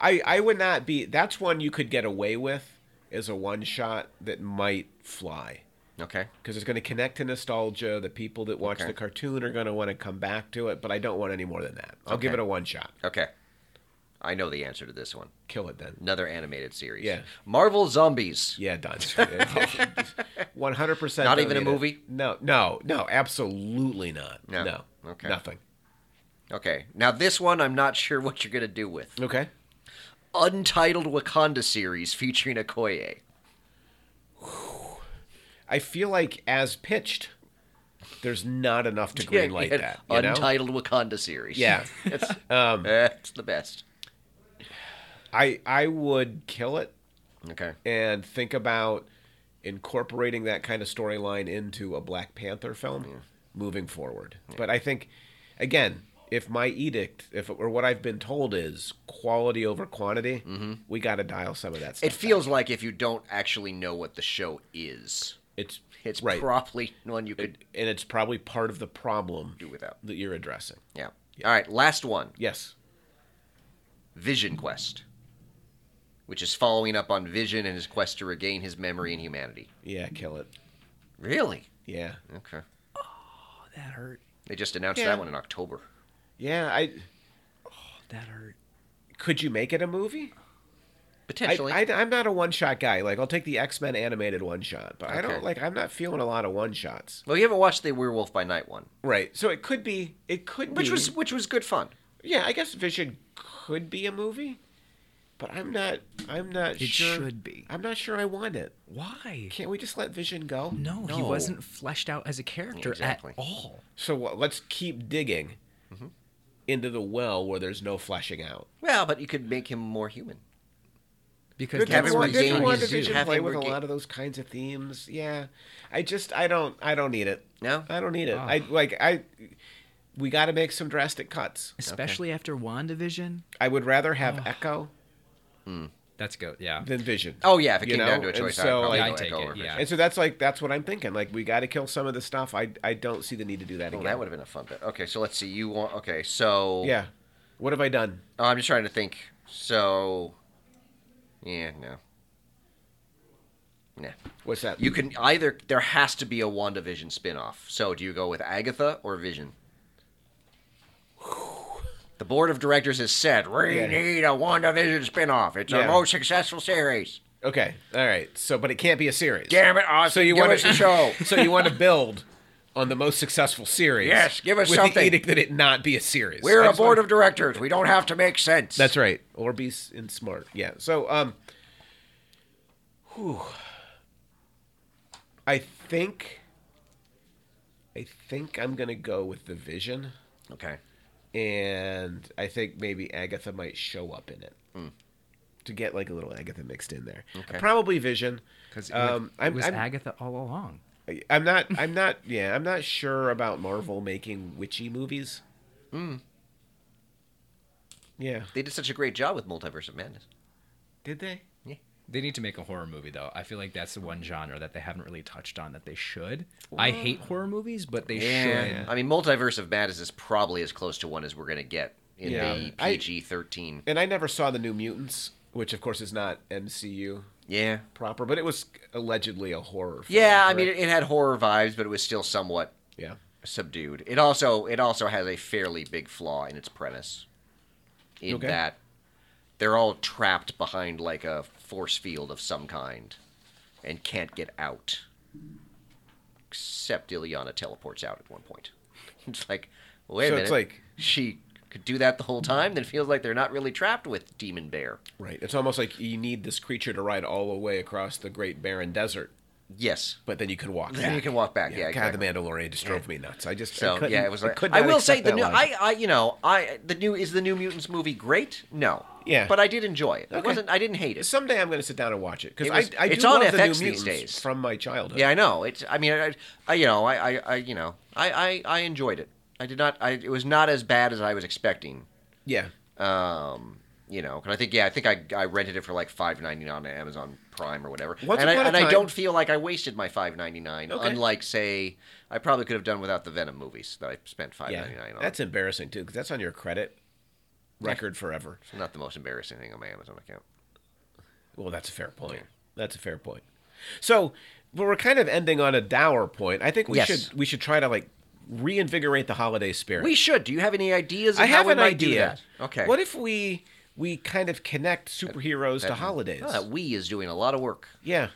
Speaker 1: I I would not be. That's one you could get away with as a one shot that might fly
Speaker 2: Okay.
Speaker 1: because it's going to connect to nostalgia. The people that watch
Speaker 2: Okay.
Speaker 1: the cartoon are going to want to come back to it, but I don't want any more than that. I'll give
Speaker 2: Okay.
Speaker 1: it a one shot.
Speaker 2: Okay. I know the answer to this one.
Speaker 1: Kill it then.
Speaker 2: Another animated series.
Speaker 1: Yeah.
Speaker 2: Marvel Zombies.
Speaker 1: Yeah, done. One hundred percent.
Speaker 2: Not even a movie?
Speaker 1: No, no, no. Absolutely not.
Speaker 2: No.
Speaker 1: No.
Speaker 2: Okay.
Speaker 1: Nothing.
Speaker 2: Okay. Now this one, I'm not sure what you're gonna do with.
Speaker 1: Okay.
Speaker 2: Untitled Wakanda series featuring Okoye.
Speaker 1: I feel like as pitched, there's not enough to green light
Speaker 2: Yeah,
Speaker 1: that. You know?
Speaker 2: Untitled Wakanda series.
Speaker 1: Yeah.
Speaker 2: it's,
Speaker 1: Um,
Speaker 2: eh, it's the best.
Speaker 1: I I would kill it
Speaker 2: Okay.
Speaker 1: and think about incorporating that kind of storyline into a Black Panther film moving forward. But I think again, if my edict, if or what I've been told is quality over quantity, we got to dial some of that stuff.
Speaker 2: Mm-hmm. It feels like if you don't actually know what the show is,
Speaker 1: it's
Speaker 2: it's
Speaker 1: right,
Speaker 2: probably one you could
Speaker 1: and it's probably part of the problem
Speaker 2: do without.
Speaker 1: that you're addressing.
Speaker 2: Yeah. All right, last one.
Speaker 1: Yes.
Speaker 2: Vision Quest, which is following up on Vision and his quest to regain his memory and humanity.
Speaker 1: Yeah, kill it.
Speaker 2: Really?
Speaker 1: Yeah.
Speaker 2: Okay.
Speaker 3: Oh, that hurt.
Speaker 2: They just announced
Speaker 1: Yeah.
Speaker 2: that one in October.
Speaker 1: Yeah, I
Speaker 3: That hurt.
Speaker 1: could you make it a movie? I,
Speaker 2: Potentially.
Speaker 1: I, am not a one shot guy. Like I'll take the X Men animated one shot, but I
Speaker 2: Okay.
Speaker 1: don't like. I'm not feeling a lot of one shots.
Speaker 2: well, you haven't watched the Werewolf by Night one,
Speaker 1: Right. So it could be. It could
Speaker 2: which
Speaker 1: be.
Speaker 2: was which was good fun.
Speaker 1: Yeah, I guess Vision could be a movie, but I'm not. I'm not
Speaker 3: It
Speaker 1: sure.
Speaker 3: should be.
Speaker 1: I'm not sure I want it.
Speaker 3: Why?
Speaker 1: Can't we just let Vision go?
Speaker 3: No, he
Speaker 2: No.
Speaker 3: wasn't fleshed out as a character
Speaker 2: Exactly.
Speaker 3: at all.
Speaker 1: So what, let's keep digging into the well where there's no fleshing out.
Speaker 2: Well, but you could make him more human.
Speaker 3: because
Speaker 1: Good
Speaker 2: Kevin
Speaker 3: that's
Speaker 1: Kevin
Speaker 3: what
Speaker 2: Warren-
Speaker 3: you
Speaker 2: Kevin
Speaker 3: need
Speaker 2: Warren
Speaker 3: to
Speaker 2: did
Speaker 1: Division
Speaker 3: do.
Speaker 2: Having
Speaker 1: play with a
Speaker 2: rega-
Speaker 1: lot of those kinds of themes. Yeah, I just I don't I don't need it.
Speaker 2: No?
Speaker 1: I don't need it. I like I. We got to make some drastic cuts.
Speaker 3: Especially after WandaVision.
Speaker 1: I would rather have Echo
Speaker 3: That's go. Yeah.
Speaker 1: than Vision.
Speaker 2: Oh yeah, if it
Speaker 1: You
Speaker 2: came down
Speaker 1: know?
Speaker 2: to a
Speaker 1: And
Speaker 2: choice,
Speaker 1: so,
Speaker 2: I'd probably
Speaker 1: like-
Speaker 3: I'd
Speaker 2: go
Speaker 3: take
Speaker 2: Echo
Speaker 3: it,
Speaker 2: over.
Speaker 3: yeah.
Speaker 1: And so that's like that's what I'm thinking. Like we got to kill some of the stuff. I I don't see the need to do that
Speaker 2: Well,
Speaker 1: again.
Speaker 2: Oh, that would have been a fun bit. Okay, so let's see. You want? Okay, so
Speaker 1: yeah. What have I done?
Speaker 2: Oh, I'm just trying to think. So, yeah, no, nah.
Speaker 1: What's that?
Speaker 2: You can either there has to be a WandaVision spin-off. So, do you go with Agatha or Vision? The board of directors has said we
Speaker 1: Yeah.
Speaker 2: need a WandaVision spin-off. It's our
Speaker 1: Yeah.
Speaker 2: most successful series.
Speaker 1: okay. All right. So, but it can't be a series.
Speaker 2: Damn it,
Speaker 1: So
Speaker 2: Austin!
Speaker 1: you
Speaker 2: give
Speaker 1: want
Speaker 2: us a show?
Speaker 1: So you want to build on the most successful series?
Speaker 2: Yes, give us
Speaker 1: with
Speaker 2: something.
Speaker 1: The edict that it not be a series.
Speaker 2: We're
Speaker 1: I
Speaker 2: a
Speaker 1: just
Speaker 2: board
Speaker 1: wanna-
Speaker 2: of directors. We don't have to make sense.
Speaker 1: That's right. Or be s- in smart. Yeah. So um. whew. I think. I think I'm gonna go with the vision.
Speaker 2: okay.
Speaker 1: and I think maybe Agatha might show up in it to get like a little Agatha mixed in there.
Speaker 2: Okay.
Speaker 1: Probably Vision.
Speaker 3: Because
Speaker 1: Um,
Speaker 3: it
Speaker 1: I'm-
Speaker 3: was
Speaker 1: I'm-
Speaker 3: Agatha all along.
Speaker 1: I'm not. I'm not. Yeah, I'm not sure about Marvel making witchy movies. Hmm. Yeah.
Speaker 2: They did such a great job with Multiverse of Madness.
Speaker 1: Did they?
Speaker 3: They need to make a horror movie though. I feel like that's the one genre that they haven't really touched on that they should. I hate horror movies, but they should.
Speaker 2: I mean, Multiverse of Madness is probably as close to one as we're going to get in
Speaker 1: Yeah.
Speaker 2: the
Speaker 1: I-
Speaker 2: PG 13.
Speaker 1: And I never saw the New Mutants, which of course is not MCU
Speaker 2: Yeah.
Speaker 1: proper, but it was allegedly a horror. Film,
Speaker 2: Yeah, I mean, it,
Speaker 1: correct?
Speaker 2: it had horror vibes, but it was still somewhat
Speaker 1: yeah.
Speaker 2: subdued. It also it also has a fairly big flaw in its premise, in
Speaker 1: Okay.
Speaker 2: that they're all trapped behind like a force field of some kind, and can't get out. Except Ilyana teleports out at one point. It's like, wait a
Speaker 1: So
Speaker 2: minute.
Speaker 1: it's like-
Speaker 2: she could do that the whole time. Then it feels like they're not really trapped with Demon Bear.
Speaker 1: Right. It's almost like you need this creature to ride all the way across the Great Barren Desert,
Speaker 2: Yes.
Speaker 1: but then you can walk.
Speaker 2: Then you
Speaker 1: back.
Speaker 2: can walk back. Yeah, exactly.
Speaker 1: God, the Mandalorian just drove me nuts. I just I
Speaker 2: So
Speaker 1: couldn't-
Speaker 2: yeah, it was. Like,
Speaker 1: I, could
Speaker 2: I
Speaker 1: not
Speaker 2: will say
Speaker 1: accept
Speaker 2: the
Speaker 1: that line.
Speaker 2: new. I, I you know I the new is the new mutants movie great? No.
Speaker 1: Yeah.
Speaker 2: But I did enjoy it. It
Speaker 1: Okay.
Speaker 2: wasn't. I didn't hate it.
Speaker 1: someday I'm going to sit down and watch it because
Speaker 2: It
Speaker 1: I,
Speaker 2: was-
Speaker 1: I do
Speaker 2: it's on
Speaker 1: love the
Speaker 2: FX
Speaker 1: new
Speaker 2: these
Speaker 1: mutants
Speaker 2: days.
Speaker 1: from my childhood.
Speaker 2: Yeah, I know. It's. I mean, I, I you know, I, I, I you know, I, I, I enjoyed it. I did not. I, it was not as bad as I was expecting.
Speaker 1: yeah.
Speaker 2: Um, you know, 'cause I think yeah, I think I, I rented it for like five ninety nine on Amazon Prime or whatever.
Speaker 1: Once
Speaker 2: and I,
Speaker 1: upon a
Speaker 2: and I
Speaker 1: time-
Speaker 2: don't feel like I wasted my five ninety nine.
Speaker 1: Okay.
Speaker 2: Unlike say, I probably could have done without the Venom movies that I spent five
Speaker 1: Yeah,
Speaker 2: ninety nine on.
Speaker 1: that's embarrassing too because that's on your credit record forever.
Speaker 2: not the most embarrassing thing on my Amazon account.
Speaker 1: Well, that's a fair point. That's a fair point. So, but we're kind of ending on a dour point. I think we
Speaker 2: Yes.
Speaker 1: should we should try to like reinvigorate the holiday spirit.
Speaker 2: We should. Do you have any ideas? Of
Speaker 1: I have
Speaker 2: how we
Speaker 1: an
Speaker 2: might
Speaker 1: idea.
Speaker 2: Do that? Okay.
Speaker 1: What if we we kind of connect superheroes to holidays?
Speaker 2: Oh, that we is doing a lot of work.
Speaker 1: Yeah.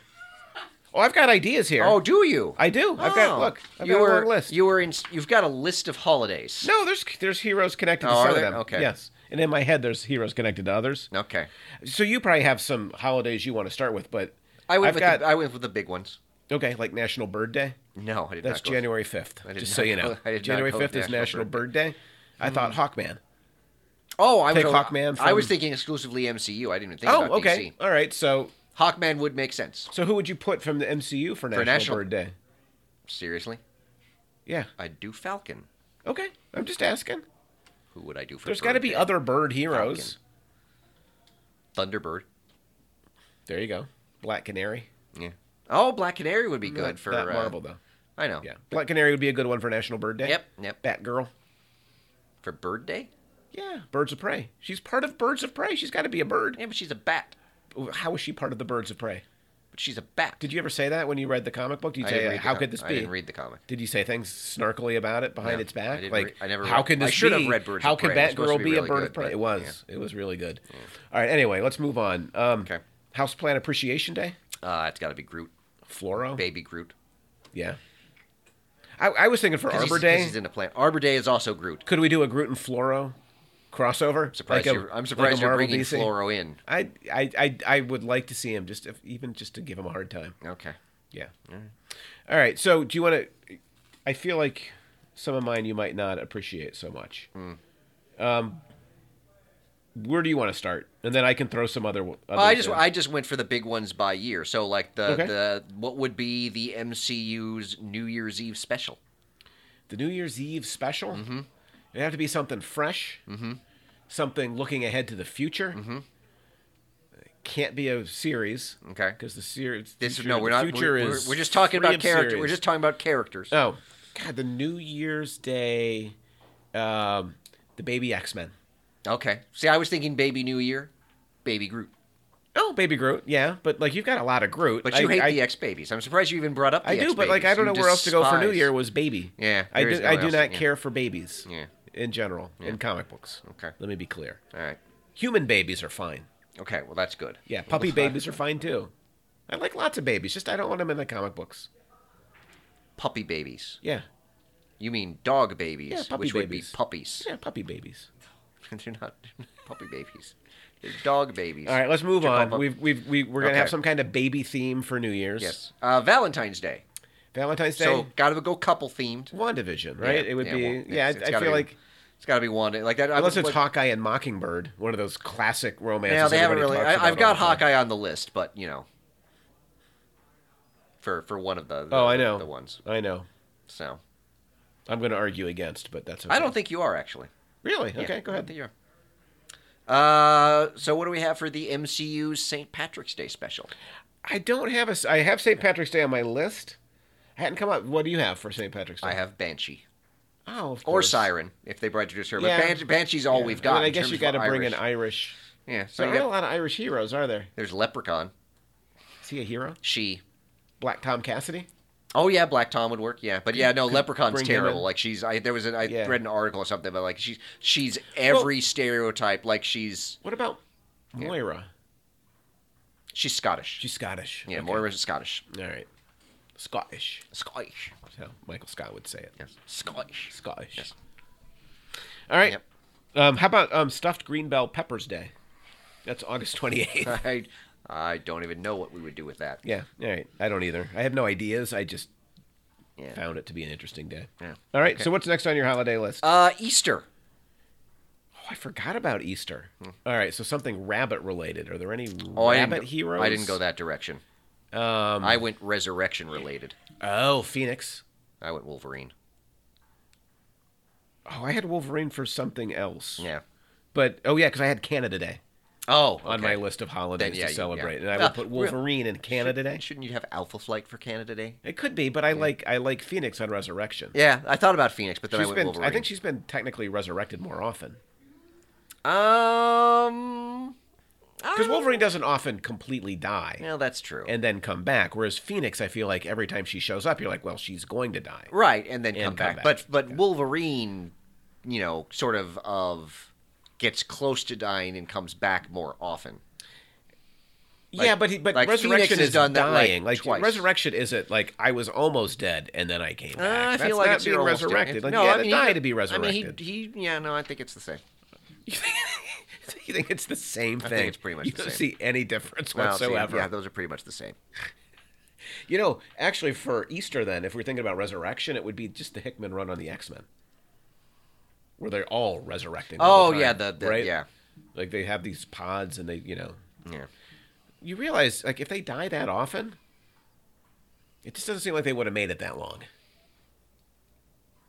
Speaker 1: Oh, I've got ideas here.
Speaker 2: Oh, do you?
Speaker 1: I do. I've got
Speaker 2: Oh.
Speaker 1: look. I've
Speaker 2: you
Speaker 1: got
Speaker 2: were,
Speaker 1: a long list.
Speaker 2: You were in. You've got a list of holidays.
Speaker 1: no, there's there's heroes connected
Speaker 2: Oh,
Speaker 1: to
Speaker 2: are
Speaker 1: some of
Speaker 2: there?
Speaker 1: them.
Speaker 2: Okay.
Speaker 1: Yes. And in my head, there's heroes connected to others.
Speaker 2: Okay.
Speaker 1: So you probably have some holidays you want to start with, but
Speaker 2: I went
Speaker 1: I've
Speaker 2: with
Speaker 1: got
Speaker 2: the, I went with the big ones.
Speaker 1: okay, like National Bird Day.
Speaker 2: No, I did
Speaker 1: That's
Speaker 2: not. go with-
Speaker 1: January fifth.
Speaker 2: I did
Speaker 1: Just
Speaker 2: not
Speaker 1: so you
Speaker 2: go-
Speaker 1: know,
Speaker 2: I did not
Speaker 1: January
Speaker 2: go with
Speaker 1: fifth is
Speaker 2: National
Speaker 1: National
Speaker 2: Bird Hmm.
Speaker 1: Bird Day. I thought Hawkman.
Speaker 2: Oh, I was.
Speaker 1: Take Hawkman
Speaker 2: I was
Speaker 1: from-
Speaker 2: thinking exclusively MCU. I didn't even think
Speaker 1: Oh,
Speaker 2: about
Speaker 1: okay. All right. So,
Speaker 2: DC. Hawkman would make sense.
Speaker 1: so who would you put from the MCU for National,
Speaker 2: National-
Speaker 1: Bird Day?
Speaker 2: Seriously,
Speaker 1: Yeah.
Speaker 2: I'd do Falcon.
Speaker 1: Okay. I'm just asking.
Speaker 2: Who would I do for?
Speaker 1: There's
Speaker 2: got to
Speaker 1: be other bird heroes.
Speaker 2: Thunderbird.
Speaker 1: There you go. Black Canary.
Speaker 2: Yeah. Oh, Black Canary would be good
Speaker 1: Not
Speaker 2: for
Speaker 1: that
Speaker 2: uh,
Speaker 1: Marvel though.
Speaker 2: I know.
Speaker 1: Yeah, Black Canary would be a good one for National Bird Day.
Speaker 2: Yep, yep.
Speaker 1: Batgirl.
Speaker 2: For Bird Day.
Speaker 1: Yeah, Birds of Prey. She's part of Birds of Prey. She's got to be a bird.
Speaker 2: Yeah, but she's a bat.
Speaker 1: How is she part of the Birds of Prey?
Speaker 2: But she's a bat.
Speaker 1: Did you ever say that when you read the comic book? Did you
Speaker 2: I didn't
Speaker 1: say
Speaker 2: read the
Speaker 1: how
Speaker 2: com-
Speaker 1: could this
Speaker 2: I
Speaker 1: be?
Speaker 2: didn't read the comic.
Speaker 1: Did you say things snarkily about it behind
Speaker 2: No,
Speaker 1: its back?
Speaker 2: I didn't
Speaker 1: like
Speaker 2: re- I never
Speaker 1: how
Speaker 2: read-
Speaker 1: can
Speaker 2: I
Speaker 1: this
Speaker 2: should
Speaker 1: be?
Speaker 2: have read Birds of
Speaker 1: how
Speaker 2: Prey. It
Speaker 1: can
Speaker 2: was supposed
Speaker 1: Batgirl
Speaker 2: to be
Speaker 1: be, a
Speaker 2: really
Speaker 1: bird
Speaker 2: good,
Speaker 1: of prey?
Speaker 2: but-
Speaker 1: It was. It was really good. All right. Anyway, let's move on. Um,
Speaker 2: Okay.
Speaker 1: House Plant Appreciation Day.
Speaker 2: Uh, it's got to be Groot,
Speaker 1: Floro.
Speaker 2: baby Groot.
Speaker 1: Yeah. I, I was thinking for
Speaker 2: 'Cause he's-
Speaker 1: Arbor
Speaker 2: 'cause
Speaker 1: Day.
Speaker 2: He's in a plant. Arbor Day is also Groot.
Speaker 1: Could we do a Groot and Floro crossover?
Speaker 2: Surprised
Speaker 1: Like a-
Speaker 2: you're, I'm
Speaker 1: like a
Speaker 2: surprised you're
Speaker 1: Marvel
Speaker 2: bringing
Speaker 1: DC?
Speaker 2: Floro in.
Speaker 1: I, I I I would like to see him just if, even just to give him a hard time.
Speaker 2: Okay.
Speaker 1: Yeah. All right. So do you want to? I feel like
Speaker 2: Hmm.
Speaker 1: some of mine you might not appreciate so much. Um, where do you want to start? And then I can throw some other. other
Speaker 2: Well, I just I just went for the big ones by year. So like the
Speaker 1: Okay.
Speaker 2: the what would be the MCU's New Year's Eve special?
Speaker 1: the New Year's Eve special. Mm-hmm. It'd have to be something fresh, mm-hmm. something looking ahead to the future. Mm-hmm. Can't be a series.
Speaker 2: Okay.
Speaker 1: Because the series.
Speaker 2: This
Speaker 1: future-
Speaker 2: no, we're
Speaker 1: the
Speaker 2: not.
Speaker 1: Future
Speaker 2: We're, we're,
Speaker 1: is
Speaker 2: we're just talking
Speaker 1: free
Speaker 2: about
Speaker 1: of
Speaker 2: character. We're
Speaker 1: series.
Speaker 2: just talking about characters.
Speaker 1: Oh, God, the New Year's Day, um, the baby X Men.
Speaker 2: okay. See, I was thinking Baby New Year, Baby Groot.
Speaker 1: Oh, baby Groot. Yeah, but like you've got a lot of Groot.
Speaker 2: But you
Speaker 1: I,
Speaker 2: hate
Speaker 1: I,
Speaker 2: the X babies. I'm surprised you even brought up. The
Speaker 1: I do, but like I
Speaker 2: X-Babies.
Speaker 1: don't know
Speaker 2: You
Speaker 1: where else to go for New
Speaker 2: despise-
Speaker 1: Year was baby.
Speaker 2: Yeah,
Speaker 1: I
Speaker 2: there is
Speaker 1: do.
Speaker 2: no
Speaker 1: I do
Speaker 2: else,
Speaker 1: not
Speaker 2: yeah.
Speaker 1: care for babies.
Speaker 2: Yeah.
Speaker 1: In general, in comic books.
Speaker 2: Okay.
Speaker 1: Let me be clear.
Speaker 2: All right.
Speaker 1: Human babies are fine.
Speaker 2: Okay. Well, that's good.
Speaker 1: Yeah, puppy babies are fine too. I like lots of babies. Just I don't want them in the comic books.
Speaker 2: Puppy babies.
Speaker 1: Yeah.
Speaker 2: You mean dog babies,
Speaker 1: Yeah, puppy
Speaker 2: which
Speaker 1: babies.
Speaker 2: would be puppies.
Speaker 1: Yeah, puppy babies.
Speaker 2: they're not puppy babies. They're dog babies.
Speaker 1: All right, let's move
Speaker 2: Which are
Speaker 1: on.
Speaker 2: called pup-
Speaker 1: We've, we've, we, we're going to
Speaker 2: Okay.
Speaker 1: have some kind of baby theme for New Year's.
Speaker 2: yes. Uh, Valentine's Day.
Speaker 1: Valentine's Day.
Speaker 2: So gotta go couple themed.
Speaker 1: WandaVision, right?
Speaker 2: Yeah,
Speaker 1: it would
Speaker 2: yeah,
Speaker 1: be.
Speaker 2: well,
Speaker 1: yeah,
Speaker 2: it's- it's
Speaker 1: I, I
Speaker 2: gotta
Speaker 1: feel
Speaker 2: be-
Speaker 1: like
Speaker 2: It's got to be one like that. I
Speaker 1: unless
Speaker 2: would-
Speaker 1: it's
Speaker 2: what-
Speaker 1: Hawkeye and Mockingbird, one of those classic romances.
Speaker 2: Now they haven't
Speaker 1: everybody
Speaker 2: really.
Speaker 1: talks
Speaker 2: I, I've
Speaker 1: about
Speaker 2: got
Speaker 1: all the time.
Speaker 2: Hawkeye on the list, but you know, for for one of the, the
Speaker 1: Oh, I know.
Speaker 2: the ones.
Speaker 1: I know.
Speaker 2: So
Speaker 1: I'm going to argue against, but that's. Okay.
Speaker 2: I don't think you are actually.
Speaker 1: really.
Speaker 2: Yeah,
Speaker 1: Okay, go
Speaker 2: I
Speaker 1: ahead.
Speaker 2: don't think you are. Uh, so what do we have for the MCU's St. Patrick's Day special?
Speaker 1: I don't have a. s- I have St. Patrick's Day on my list. I hadn't come up. What do you have for St. Patrick's Day?
Speaker 2: I have Banshee
Speaker 1: Oh, of
Speaker 2: or
Speaker 1: course.
Speaker 2: Siren if they brought you to her,
Speaker 1: Yeah.
Speaker 2: but Banshee, Banshee's all
Speaker 1: Yeah.
Speaker 2: we've
Speaker 1: I,
Speaker 2: got.
Speaker 1: mean, I
Speaker 2: in
Speaker 1: guess
Speaker 2: terms
Speaker 1: you
Speaker 2: of
Speaker 1: got to bring
Speaker 2: Irish.
Speaker 1: an Irish.
Speaker 2: Yeah, so
Speaker 1: So
Speaker 2: you
Speaker 1: not a
Speaker 2: got,
Speaker 1: lot of Irish heroes, are there?
Speaker 2: there's Leprechaun,
Speaker 1: Is he a hero?
Speaker 2: she.
Speaker 1: Black Tom Cassidy.
Speaker 2: Oh yeah, Black Tom would work. Yeah, but yeah, no, Leprechaun's
Speaker 1: bring him in.
Speaker 2: terrible. Like she's, I there was an, I
Speaker 1: Yeah.
Speaker 2: read an article or something, but like she's she's every stereotype. Like she's
Speaker 1: What about Moira?
Speaker 2: she's Scottish.
Speaker 1: She's Scottish.
Speaker 2: yeah,
Speaker 1: Okay.
Speaker 2: Moira's Scottish.
Speaker 1: All right. Scottish.
Speaker 2: Scottish.
Speaker 1: That's how Michael Scott would say it.
Speaker 2: Yes. Scottish.
Speaker 1: Scottish.
Speaker 2: Yes.
Speaker 1: All right.
Speaker 2: Yep.
Speaker 1: Um, how about um, stuffed green bell peppers day? That's August 28th.
Speaker 2: I I don't even know what we would do with that.
Speaker 1: yeah. All right. I don't either. I have no ideas. I just
Speaker 2: Yeah.
Speaker 1: found it to be an interesting day.
Speaker 2: Yeah.
Speaker 1: All right. So what's next on your holiday list?
Speaker 2: Uh, Easter.
Speaker 1: oh, I forgot about Easter. All right. So something rabbit related. Are there any
Speaker 2: Hmm. Oh, I
Speaker 1: rabbit
Speaker 2: didn't,
Speaker 1: heroes?
Speaker 2: I didn't go that direction. Um, I went resurrection related.
Speaker 1: Oh, Phoenix.
Speaker 2: I went Wolverine.
Speaker 1: Oh, I had Wolverine for something else.
Speaker 2: Yeah.
Speaker 1: But oh yeah, because I had Canada Day
Speaker 2: Oh,
Speaker 1: on my
Speaker 2: okay.
Speaker 1: list of holidays
Speaker 2: yeah, you-
Speaker 1: to
Speaker 2: yeah.
Speaker 1: celebrate, and I
Speaker 2: Ah,
Speaker 1: would put
Speaker 2: real-
Speaker 1: Wolverine and Canada Day.
Speaker 2: Shouldn't you have Alpha Flight for Canada Day?
Speaker 1: It could be, but I like I like Phoenix on Resurrection.
Speaker 2: Yeah, I thought about Phoenix, but then I
Speaker 1: She's
Speaker 2: went
Speaker 1: been,
Speaker 2: Wolverine.
Speaker 1: I think she's been technically resurrected more often
Speaker 2: Um.
Speaker 1: because Wolverine doesn't often completely die
Speaker 2: Well, that's true.
Speaker 1: and then come back, whereas Phoenix, I feel like every time she shows up, you're like, well, she's going to die.
Speaker 2: right, and then
Speaker 1: And
Speaker 2: come,
Speaker 1: come
Speaker 2: back.
Speaker 1: back.
Speaker 2: But but Wolverine, you know, sort of of gets close to dying and comes back more often.
Speaker 1: yeah, but he, but
Speaker 2: like Phoenix
Speaker 1: Resurrection
Speaker 2: has
Speaker 1: is
Speaker 2: done that, like,
Speaker 1: dying. Like,
Speaker 2: twice. Uh,
Speaker 1: Resurrection isn't like I was almost dead and then I came back.
Speaker 2: I
Speaker 1: That's
Speaker 2: feel like
Speaker 1: not
Speaker 2: it's
Speaker 1: being
Speaker 2: almost dead.
Speaker 1: resurrected. Like
Speaker 2: no,
Speaker 1: you
Speaker 2: I
Speaker 1: had
Speaker 2: mean,
Speaker 1: to die
Speaker 2: he-
Speaker 1: to be resurrected.
Speaker 2: I mean, he, he yeah, no, I think it's the same.
Speaker 1: you think it's the same thing?
Speaker 2: think it's pretty much
Speaker 1: you
Speaker 2: the
Speaker 1: don't
Speaker 2: same.
Speaker 1: see any difference
Speaker 2: Well, see,
Speaker 1: whatsoever.
Speaker 2: yeah, those are pretty much the same.
Speaker 1: You know, actually, for Easter, then, if we're thinking about resurrection, it would be just the Hickman run on the X Men, where they're all resurrecting. all
Speaker 2: Oh
Speaker 1: the
Speaker 2: yeah,
Speaker 1: time,
Speaker 2: the, the
Speaker 1: right?
Speaker 2: yeah,
Speaker 1: like they have these pods, and they, you know,
Speaker 2: yeah.
Speaker 1: you realize like if they die that often, it just doesn't seem like they would have made it that long.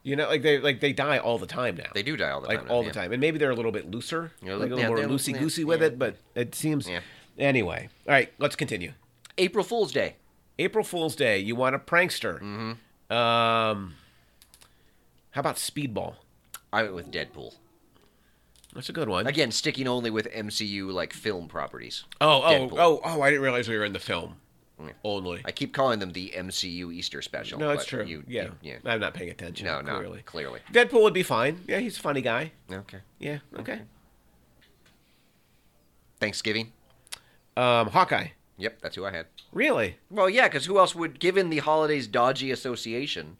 Speaker 1: You know, like they like they die all the time now.
Speaker 2: They do die all the
Speaker 1: like
Speaker 2: time now,
Speaker 1: all
Speaker 2: yeah.
Speaker 1: the time, and maybe they're a little bit looser,
Speaker 2: Yeah,
Speaker 1: like a
Speaker 2: yeah,
Speaker 1: little more
Speaker 2: they're-
Speaker 1: loosey goosey
Speaker 2: yeah,
Speaker 1: with
Speaker 2: yeah.
Speaker 1: it. But it seems
Speaker 2: Yeah.
Speaker 1: anyway. All right, let's continue.
Speaker 2: April Fool's Day.
Speaker 1: April Fool's Day. You want a prankster? Mm-hmm. Um, how about Speedball?
Speaker 2: I went with Deadpool
Speaker 1: That's a good one.
Speaker 2: again, sticking only with MCU like film properties.
Speaker 1: oh, oh,
Speaker 2: Deadpool. Mm.
Speaker 1: oh, oh! I didn't realize we were in the film only.
Speaker 2: I keep calling them the MCU Easter special.
Speaker 1: no, it's
Speaker 2: but
Speaker 1: true.
Speaker 2: You,
Speaker 1: yeah,
Speaker 2: you- yeah.
Speaker 1: I'm not paying attention.
Speaker 2: No, no,
Speaker 1: clearly.
Speaker 2: clearly.
Speaker 1: Deadpool would be fine. Yeah, he's a funny guy.
Speaker 2: Okay.
Speaker 1: Yeah,
Speaker 2: Mm-hmm.
Speaker 1: okay.
Speaker 2: Thanksgiving.
Speaker 1: Um, Hawkeye.
Speaker 2: Yep, that's who I had.
Speaker 1: Really?
Speaker 2: Well, yeah, because who else would, given the holiday's dodgy association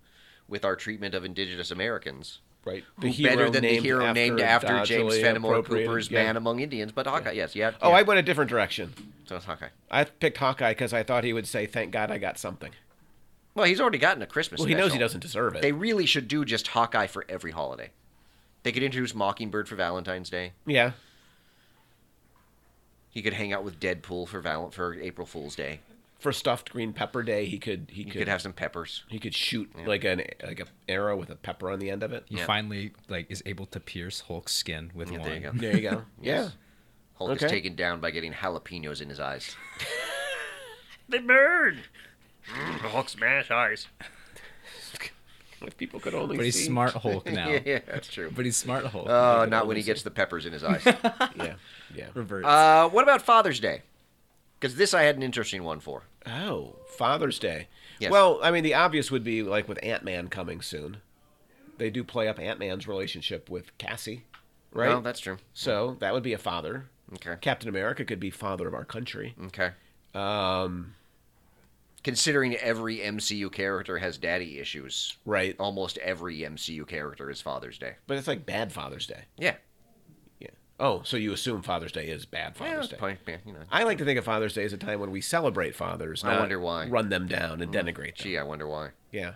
Speaker 2: with our treatment of Indigenous Americans,
Speaker 1: Right.
Speaker 2: who better than the hero named after James
Speaker 1: dodgily
Speaker 2: Fenimore
Speaker 1: appropriated-
Speaker 2: Cooper's
Speaker 1: yeah.
Speaker 2: Man Among Indians, but Hawkeye? Yes, yeah.
Speaker 1: Oh,
Speaker 2: yeah.
Speaker 1: I went a different direction.
Speaker 2: so it's Hawkeye.
Speaker 1: I picked Hawkeye because I thought he would say, "Thank God I got something."
Speaker 2: Well, he's already gotten a Christmas.
Speaker 1: Well, he knows he
Speaker 2: special.
Speaker 1: doesn't deserve it.
Speaker 2: They really should do just Hawkeye for every holiday. They could introduce Mockingbird for Valentine's Day.
Speaker 1: Yeah.
Speaker 2: He could hang out with Deadpool for Val- for April Fool's Day.
Speaker 1: For stuffed green pepper day, he could he
Speaker 2: You
Speaker 1: could,
Speaker 2: could have some peppers.
Speaker 1: he could shoot like an like a arrow with a pepper on the end of it.
Speaker 3: He
Speaker 2: Yeah.
Speaker 3: finally like is able to pierce Hulk's skin with
Speaker 2: Yeah,
Speaker 3: one.
Speaker 2: there you go.
Speaker 1: There you go.
Speaker 2: Yes. Hulk is
Speaker 1: Okay.
Speaker 2: taken down by getting jalapenos in his eyes.
Speaker 4: They burn. Mm, the Hulk smash eyes.
Speaker 1: Yeah. If people could only
Speaker 3: But he's
Speaker 1: see.
Speaker 3: smart Hulk now.
Speaker 2: yeah, yeah, that's true.
Speaker 3: But he's smart Hulk.
Speaker 2: Oh, not when he gets the peppers in his eyes.
Speaker 1: Yeah. Yeah.
Speaker 3: Reverts.
Speaker 2: uh, what about Father's Day? Because this I had an interesting one for.
Speaker 1: Oh, Father's Day.
Speaker 2: Yes.
Speaker 1: Well, I mean, the obvious would be like with Ant Man coming soon. They do play up Ant Man's relationship with Cassie, right?
Speaker 2: No, Oh, that's true.
Speaker 1: so that would be a father.
Speaker 2: Okay. Mm.
Speaker 1: Captain America could be father of our country.
Speaker 2: Okay.
Speaker 1: Um,
Speaker 2: Considering every MCU character has daddy issues,
Speaker 1: right.
Speaker 2: almost every MCU character is Father's Day.
Speaker 1: But it's like bad Father's Day.
Speaker 2: Yeah.
Speaker 1: Yeah. Oh, so you assume Father's Day is bad
Speaker 2: Yeah,
Speaker 1: Father's
Speaker 2: it's
Speaker 1: Day.
Speaker 2: probably- yeah, you know.
Speaker 1: I like to think of Father's Day as a time when we celebrate fathers.
Speaker 2: I
Speaker 1: not
Speaker 2: wonder why. Mm-hmm.
Speaker 1: Run them down and denigrate them.
Speaker 2: Gee, I wonder why.
Speaker 1: Yeah.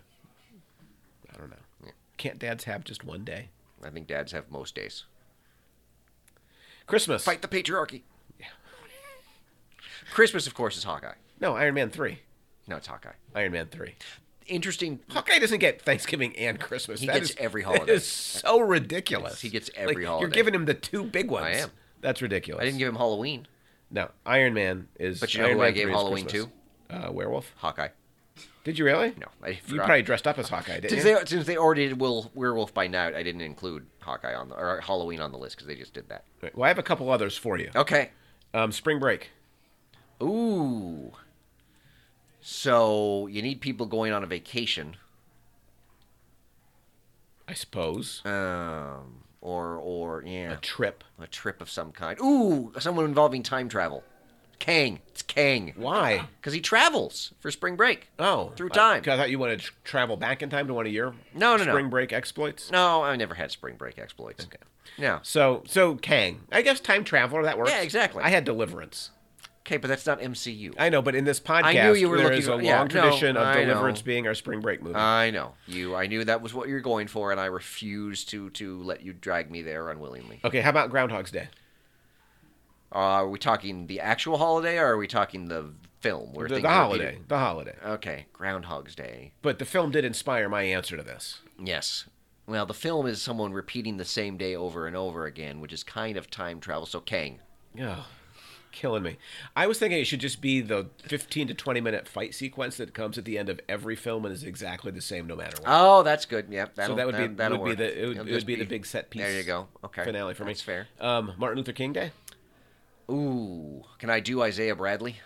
Speaker 1: I don't know. Can't dads have just one day?
Speaker 2: I think dads have most days.
Speaker 1: Christmas.
Speaker 2: Fight the patriarchy. Christmas, of course, is Hawkeye.
Speaker 1: No, Iron Man 3.
Speaker 2: No, it's Hawkeye.
Speaker 1: Iron Man 3.
Speaker 2: Interesting.
Speaker 1: Hawkeye doesn't get Thanksgiving and Christmas.
Speaker 2: He
Speaker 1: That
Speaker 2: gets
Speaker 1: is-
Speaker 2: every
Speaker 1: That
Speaker 2: holiday.
Speaker 1: is so ridiculous.
Speaker 2: He gets
Speaker 1: Like,
Speaker 2: every holiday.
Speaker 1: You're giving him the two big ones.
Speaker 2: I am.
Speaker 1: That's ridiculous.
Speaker 2: I didn't give him Halloween.
Speaker 1: No, Iron Man is.
Speaker 2: But you know
Speaker 1: Iron
Speaker 2: who
Speaker 1: Man
Speaker 2: I gave
Speaker 1: 3 is
Speaker 2: Halloween
Speaker 1: Christmas. Uh, werewolf.
Speaker 2: Hawkeye.
Speaker 1: Did you really?
Speaker 2: No, I
Speaker 1: You
Speaker 2: forgot.
Speaker 1: probably dressed up as Hawkeye, didn't
Speaker 2: Since
Speaker 1: you?
Speaker 2: they, since they already did Will, Werewolf by Night, I didn't include Hawkeye on the, or Halloween on the list because they just did that.
Speaker 1: Right, Well, I have a couple others for you.
Speaker 2: Okay.
Speaker 1: Um, spring break.
Speaker 2: Ooh. So you need people going on a vacation,
Speaker 1: I suppose.
Speaker 2: um, or or yeah,
Speaker 1: A trip.
Speaker 2: a trip of some kind. Ooh, someone involving time travel. Kang. It's Kang.
Speaker 1: Why?
Speaker 2: Because he travels for spring break.
Speaker 1: Oh,
Speaker 2: Through
Speaker 1: I-
Speaker 2: time.
Speaker 1: 'cause I, thought you wanted to tr- travel back in time to one of your
Speaker 2: No, no, no.
Speaker 1: spring break exploits.
Speaker 2: No, I never had spring break exploits. Okay. No.
Speaker 1: So, so Kang. I guess time traveler that works.
Speaker 2: Yeah, exactly.
Speaker 1: I had Deliverance.
Speaker 2: Okay, but that's not MCU. I,
Speaker 1: I know, but in this podcast,
Speaker 2: I knew you were
Speaker 1: there
Speaker 2: looking
Speaker 1: is a
Speaker 2: for-
Speaker 1: long
Speaker 2: yeah, no,
Speaker 1: tradition of
Speaker 2: I know. Uh,
Speaker 1: Deliverance being our spring break movie.
Speaker 2: know you. I knew that was what you were going for, and I refuse to to let you drag me there unwillingly.
Speaker 1: okay, how about Groundhog's Day?
Speaker 2: Uh, are we talking the actual holiday, or are we talking the film? Where
Speaker 1: The,
Speaker 2: things
Speaker 1: the
Speaker 2: are
Speaker 1: holiday.
Speaker 2: repeated?
Speaker 1: The holiday.
Speaker 2: Okay, Groundhog's Day.
Speaker 1: But the film did inspire my answer to this.
Speaker 2: Yes. Well, the film is someone repeating the same day over and over again, which is kind of time travel. So Kang.
Speaker 1: Oh, killing me. I was thinking it should just be the 15 to 20 minute fight sequence that comes at the end of every film and is exactly the same no matter what.
Speaker 2: Oh, that's good. Yep. that'll-
Speaker 1: that would be-
Speaker 2: that'll
Speaker 1: would be
Speaker 2: work.
Speaker 1: the- it would-
Speaker 2: It'll
Speaker 1: it would
Speaker 2: just
Speaker 1: be the big set
Speaker 2: There you
Speaker 1: piece
Speaker 2: go. Okay.
Speaker 1: Finale for me.
Speaker 2: That's fair.
Speaker 1: Um, Martin Luther King Day?
Speaker 2: Ooh, can I do Isaiah Bradley?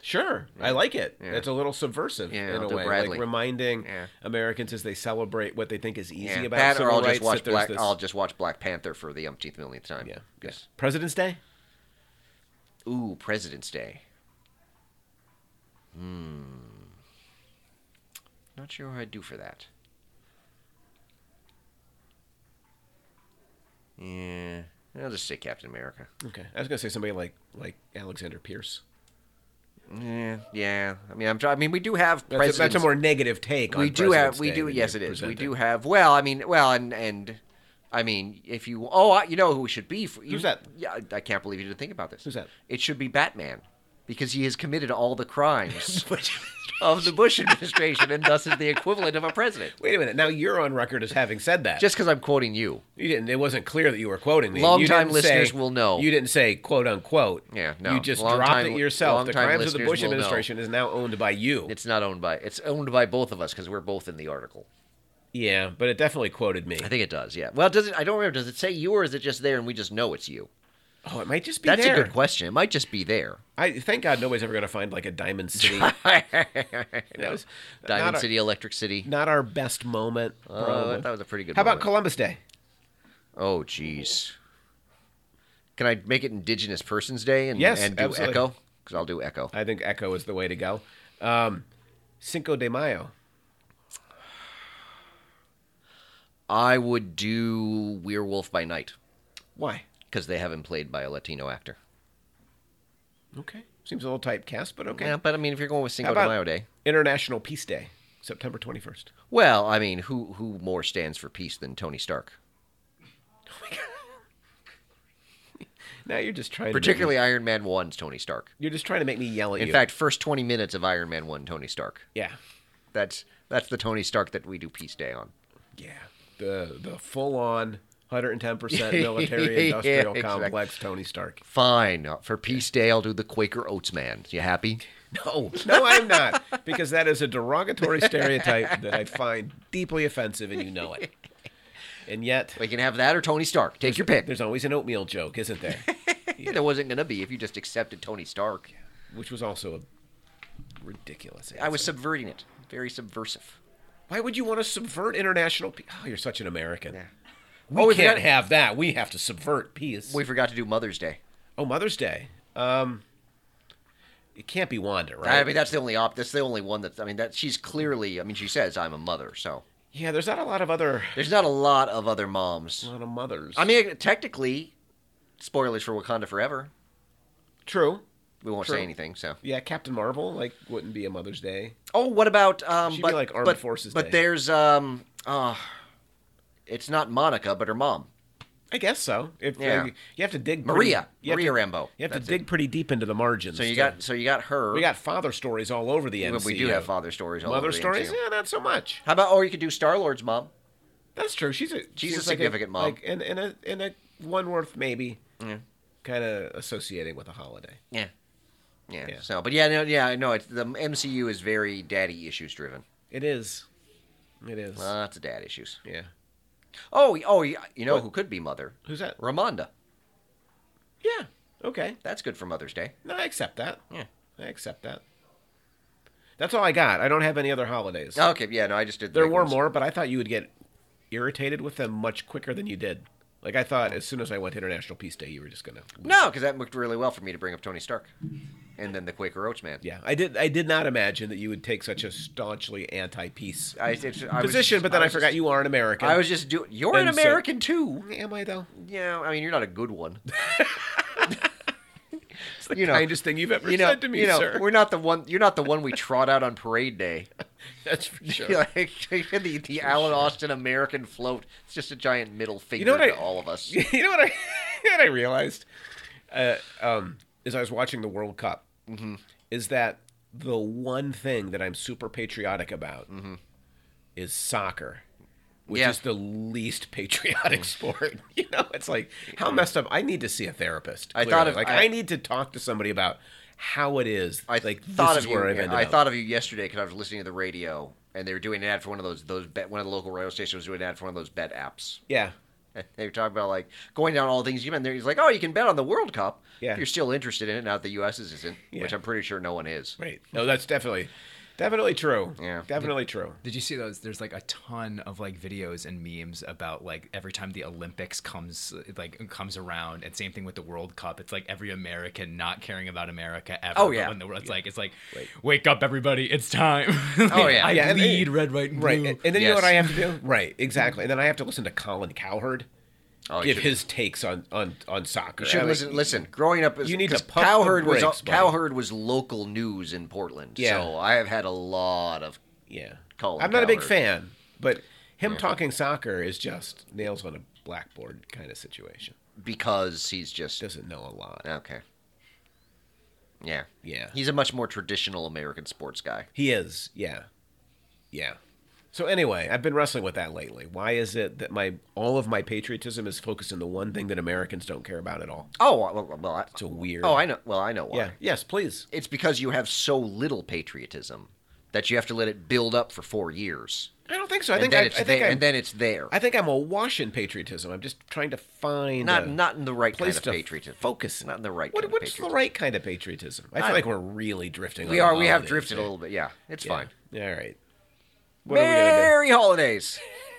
Speaker 1: Sure. I like it.
Speaker 2: Yeah.
Speaker 1: It's a little subversive
Speaker 2: Yeah,
Speaker 1: in
Speaker 2: I'll
Speaker 1: a
Speaker 2: do
Speaker 1: way.
Speaker 2: Bradley.
Speaker 1: Like reminding
Speaker 2: Yeah.
Speaker 1: Americans as they celebrate what they think is easy
Speaker 2: Yeah,
Speaker 1: about
Speaker 2: that, or
Speaker 1: civil
Speaker 2: I'll
Speaker 1: rights
Speaker 2: just watch
Speaker 1: that there's
Speaker 2: Black.
Speaker 1: this-
Speaker 2: I'll just watch Black Panther for the umpteenth millionth time.
Speaker 1: yeah.
Speaker 2: Yes.
Speaker 1: yeah. President's Day?
Speaker 2: Ooh, President's Day. Hmm. Not sure what I'd do for that. Yeah, I'll just say Captain America.
Speaker 1: Okay. I was going to say somebody like like Alexander Pierce.
Speaker 2: Yeah, yeah. I mean, I'm. try- I mean, we do have
Speaker 1: That's, a,
Speaker 2: presidents.
Speaker 1: that's a more negative take on
Speaker 2: we do have
Speaker 1: President's
Speaker 2: we
Speaker 1: Day
Speaker 2: do
Speaker 1: than
Speaker 2: yes
Speaker 1: you
Speaker 2: it is we
Speaker 1: presented.
Speaker 2: do have well i mean well and and i mean if you oh I, you know who it should be for, you,
Speaker 1: Who's that?
Speaker 2: yeah I- i can't believe you didn't think about this
Speaker 1: Who's that?
Speaker 2: it should be batman because he has committed all the crimes of the bush administration and thus is the equivalent of a president
Speaker 1: Wait a minute. Now you're on record as having said that.
Speaker 2: just because i'm quoting you
Speaker 1: You didn't. It wasn't clear that you were quoting me.
Speaker 2: Long
Speaker 1: You
Speaker 2: time
Speaker 1: didn't say-
Speaker 2: listeners will know.
Speaker 1: You didn't say "quote unquote."
Speaker 2: Yeah, no.
Speaker 1: You just
Speaker 2: Long
Speaker 1: dropped
Speaker 2: time-
Speaker 1: it yourself.
Speaker 2: long
Speaker 1: The
Speaker 2: time
Speaker 1: crimes of the
Speaker 2: listeners
Speaker 1: Bush
Speaker 2: will know.
Speaker 1: administration is now owned by you.
Speaker 2: it's not owned by it's owned by both of us because we're both in the article
Speaker 1: yeah, but it definitely quoted me.
Speaker 2: i think it does yeah well does it i don't remember does it say you or is it just there and we just know it's you
Speaker 1: Oh, it might just be
Speaker 2: that's
Speaker 1: there.
Speaker 2: a good question it might just be there
Speaker 1: I thank God nobody's ever going to find like a Diamond City. that was
Speaker 2: Diamond
Speaker 1: not
Speaker 2: City, Electric City.
Speaker 1: Our, not our best moment.
Speaker 2: Uh,
Speaker 1: probably.
Speaker 2: that was a pretty good.
Speaker 1: How about
Speaker 2: moment.
Speaker 1: Columbus Day?
Speaker 2: Oh, jeez. Can I make it Indigenous Persons Day and,
Speaker 1: Yes,
Speaker 2: and do
Speaker 1: absolutely.
Speaker 2: Echo? Because I'll do Echo.
Speaker 1: I think Echo is the way to go. Um, Cinco de Mayo.
Speaker 2: I would do Werewolf by Night
Speaker 1: Why?
Speaker 2: because they have him played by a Latino actor.
Speaker 1: Okay, seems a little typecast, but okay.
Speaker 2: Yeah, but I mean, if you're going with Cinco
Speaker 1: How about
Speaker 2: de Mayo Day,
Speaker 1: International Peace Day, September twenty first.
Speaker 2: well, I mean, who who more stands for peace than Tony Stark?
Speaker 1: Oh Now you're just trying.
Speaker 2: Particularly
Speaker 1: to
Speaker 2: Iron Man 1's Tony Stark.
Speaker 1: make me, you're just trying to make me yell at
Speaker 2: In
Speaker 1: you.
Speaker 2: fact, first 20 minutes of Iron Man 1 Tony Stark.
Speaker 1: yeah,
Speaker 2: That's that's the Tony Stark that we do Peace Day on.
Speaker 1: yeah, the the full on 110 percent military
Speaker 2: Yeah,
Speaker 1: industrial
Speaker 2: exactly.
Speaker 1: complex Tony Stark.
Speaker 2: Fine. uh, For Peace Day, I'll do the Quaker Oats Man. You happy?
Speaker 1: No, no, I'm not, because that is a derogatory stereotype that I find deeply offensive, and you know it. And yet,
Speaker 2: We can have that or Tony Stark. Take your pick.
Speaker 1: there's always an oatmeal joke, isn't there?
Speaker 2: There wasn't going to be if you just accepted Tony Stark.
Speaker 1: Which was also a ridiculous. Answer.
Speaker 2: I was subverting it. Very subversive.
Speaker 1: Why would you want to subvert international peace? Oh, you're such an American.
Speaker 2: Yeah.
Speaker 1: We
Speaker 2: Oh, we
Speaker 1: can't
Speaker 2: forgot-
Speaker 1: have that. We have to subvert peace.
Speaker 2: We forgot to do Mother's Day.
Speaker 1: Oh, Mother's Day. Um, it can't be Wanda, right?
Speaker 2: I mean, that's the only op. That's the only one that I mean. That she's clearly. I mean, she says I'm a mother, so
Speaker 1: yeah, there's not a lot of other
Speaker 2: there's not a lot of other moms.
Speaker 1: a lot of mothers.
Speaker 2: I mean, technically, spoilers for Wakanda Forever.
Speaker 1: true.
Speaker 2: We won't
Speaker 1: True.
Speaker 2: say anything. So.
Speaker 1: Yeah, Captain Marvel like wouldn't be a Mother's Day.
Speaker 2: Oh, what about um?
Speaker 1: She'd be
Speaker 2: but,
Speaker 1: like Armed
Speaker 2: but,
Speaker 1: Forces
Speaker 2: But
Speaker 1: Day.
Speaker 2: there's um. Uh, it's not Monica, but her mom,
Speaker 1: I guess so. If,
Speaker 2: Yeah.
Speaker 1: like, you have to dig pretty-
Speaker 2: Maria,
Speaker 1: you have
Speaker 2: Maria
Speaker 1: to-
Speaker 2: Rambo.
Speaker 1: You have to
Speaker 2: That's
Speaker 1: dig
Speaker 2: it.
Speaker 1: pretty deep into the margins.
Speaker 2: So you
Speaker 1: to-
Speaker 2: got so you got her.
Speaker 1: we got father stories all over the
Speaker 2: But
Speaker 1: MCU.
Speaker 2: we do have father stories. All
Speaker 1: mother
Speaker 2: over the
Speaker 1: stories.
Speaker 2: MCU.
Speaker 1: Yeah, not so much.
Speaker 2: How about or you could do Star Lord's mom?
Speaker 1: That's true. She's a
Speaker 2: She's a
Speaker 1: seems like
Speaker 2: significant mom.
Speaker 1: Like in, in a in a one worth maybe. Kind of associating with a holiday.
Speaker 2: Yeah. Yeah.
Speaker 1: Yeah.
Speaker 2: So, but yeah, no, yeah, no. It's, the MCU is very daddy issues driven.
Speaker 1: It is. It is.
Speaker 2: Lots of dad issues.
Speaker 1: yeah.
Speaker 2: Oh, y- oh, y- you know
Speaker 1: What?
Speaker 2: who could be mother?
Speaker 1: Who's that?
Speaker 2: Ramonda.
Speaker 1: Yeah. Okay.
Speaker 2: That's good for Mother's Day.
Speaker 1: No, I accept that.
Speaker 2: Yeah.
Speaker 1: I accept that. That's all I got. I don't have any other holidays.
Speaker 2: Okay. Yeah. No, I just did. the
Speaker 1: there
Speaker 2: big
Speaker 1: were
Speaker 2: ones.
Speaker 1: more, but I thought you would get irritated with them much quicker than you did. Like I thought, as soon as I went to International Peace Day, you were just gonna.
Speaker 2: No, because that worked really well for me to bring up Tony Stark, and then the Quaker Oats man.
Speaker 1: Yeah, I did. I did not imagine that you would take such a staunchly anti-peace
Speaker 2: I, it's, I was
Speaker 1: position,
Speaker 2: just-
Speaker 1: but then I,
Speaker 2: was
Speaker 1: forgot
Speaker 2: just-
Speaker 1: you are an American.
Speaker 2: I was just doing. You're an
Speaker 1: And so-
Speaker 2: American too.
Speaker 1: Am I though?
Speaker 2: Yeah. I mean, you're not a good one.
Speaker 1: It's the
Speaker 2: You know-
Speaker 1: kindest thing you've ever
Speaker 2: you know.
Speaker 1: said to me,
Speaker 2: you know.
Speaker 1: sir.
Speaker 2: We're not the one. You're not the one we trot out on parade day.
Speaker 1: That's for sure.
Speaker 2: like the the Alan Austin American float. It's just a giant middle finger
Speaker 1: know what
Speaker 2: to
Speaker 1: I-
Speaker 2: all of us.
Speaker 1: you know what I? you know what I realized uh, um, is I was watching the World Cup.
Speaker 2: Mm-hmm.
Speaker 1: Is that the one thing that I'm super patriotic about? Is soccer, which
Speaker 2: Mm-hmm. Yeah. Mm.
Speaker 1: is the least patriotic sport. You know, it's like how messed up. I need to see a therapist.
Speaker 2: I thought
Speaker 1: clearly.
Speaker 2: of-
Speaker 1: like
Speaker 2: I-
Speaker 1: I, need to talk to somebody about how it is.
Speaker 2: I
Speaker 1: like
Speaker 2: thought
Speaker 1: this
Speaker 2: of
Speaker 1: is
Speaker 2: you.
Speaker 1: where I've ended
Speaker 2: I
Speaker 1: up.
Speaker 2: thought of you yesterday because I was listening to the radio and they were doing an ad for one of those those bet. One of the local radio stations was doing an ad for one of those bet apps.
Speaker 1: yeah.
Speaker 2: And They were talking about like going down all the things you bet. And there he's like, oh, you can bet on the World Cup
Speaker 1: Yeah.
Speaker 2: if you're still interested in it. Now that the U.S. is isn't, which
Speaker 1: Yeah.
Speaker 2: I'm pretty sure no one is.
Speaker 1: Right. No, that's definitely, definitely true.
Speaker 2: Yeah.
Speaker 1: Definitely true.
Speaker 3: Did you see those? There's like a ton of like videos and memes about like every time the Olympics comes like comes around, and same thing with the World Cup. It's like every American not caring about America ever.
Speaker 2: Oh,
Speaker 3: but
Speaker 2: yeah.
Speaker 3: when the world, it's like it's like
Speaker 1: Right.
Speaker 3: wake up everybody, it's time. Like,
Speaker 2: yeah.
Speaker 3: I
Speaker 1: Yeah, and-
Speaker 3: bleed red, white, and
Speaker 1: Right.
Speaker 3: blue.
Speaker 1: And then you know what
Speaker 2: Yes.
Speaker 1: I have to do? Right, exactly. And then I have to listen to Colin Cowherd
Speaker 2: Oh, you
Speaker 1: give
Speaker 2: should-
Speaker 1: his takes on on on soccer.
Speaker 2: You should
Speaker 1: I mean,
Speaker 2: listen. Listen, growing up, as,
Speaker 1: You need to
Speaker 2: 'cause
Speaker 1: pump the
Speaker 2: Cowherd was
Speaker 1: brakes, buddy.
Speaker 2: Cowherd was local news in Portland.
Speaker 1: Yeah.
Speaker 2: So I have had a lot of
Speaker 1: Yeah.
Speaker 2: Colin
Speaker 1: I'm not a big
Speaker 2: Cowherd.
Speaker 1: fan, but him talking soccer is just nails on a blackboard kind of situation.
Speaker 2: because he's just
Speaker 1: Doesn't know a lot.
Speaker 2: Okay. Yeah.
Speaker 1: Yeah.
Speaker 2: He's a much more traditional American sports guy.
Speaker 1: He is. Yeah. Yeah. So anyway, I've been wrestling with that lately. Why is it that my all of my patriotism is focused on the one thing that Americans don't care about at all?
Speaker 2: Oh well, well, well I,
Speaker 1: It's a weird.
Speaker 2: oh I know. Well, I know why.
Speaker 1: Yeah. Yes, please.
Speaker 2: It's because you have so little patriotism that you have to let it build up for four years,
Speaker 1: I don't think so. I
Speaker 2: and
Speaker 1: think
Speaker 2: then
Speaker 1: I,
Speaker 2: it's
Speaker 1: I think
Speaker 2: there.
Speaker 1: I'm-
Speaker 2: and then it's there.
Speaker 1: I think I'm awash in patriotism. I'm just trying to find
Speaker 2: not
Speaker 1: a
Speaker 2: not in the right kind
Speaker 1: uh, place
Speaker 2: of
Speaker 1: to
Speaker 2: patriotism.
Speaker 1: focus. in.
Speaker 2: Not in the right
Speaker 1: What,
Speaker 2: kind of
Speaker 1: what's the
Speaker 2: patriotism.
Speaker 1: right kind of patriotism? I feel
Speaker 2: I-
Speaker 1: like we're really drifting.
Speaker 2: We
Speaker 1: on
Speaker 2: are. We have
Speaker 1: holidays
Speaker 2: drifted a
Speaker 1: here.
Speaker 2: little bit. Yeah, it's
Speaker 1: Yeah.
Speaker 2: fine.
Speaker 1: All right. What are we gonna
Speaker 2: Merry holidays.
Speaker 1: do?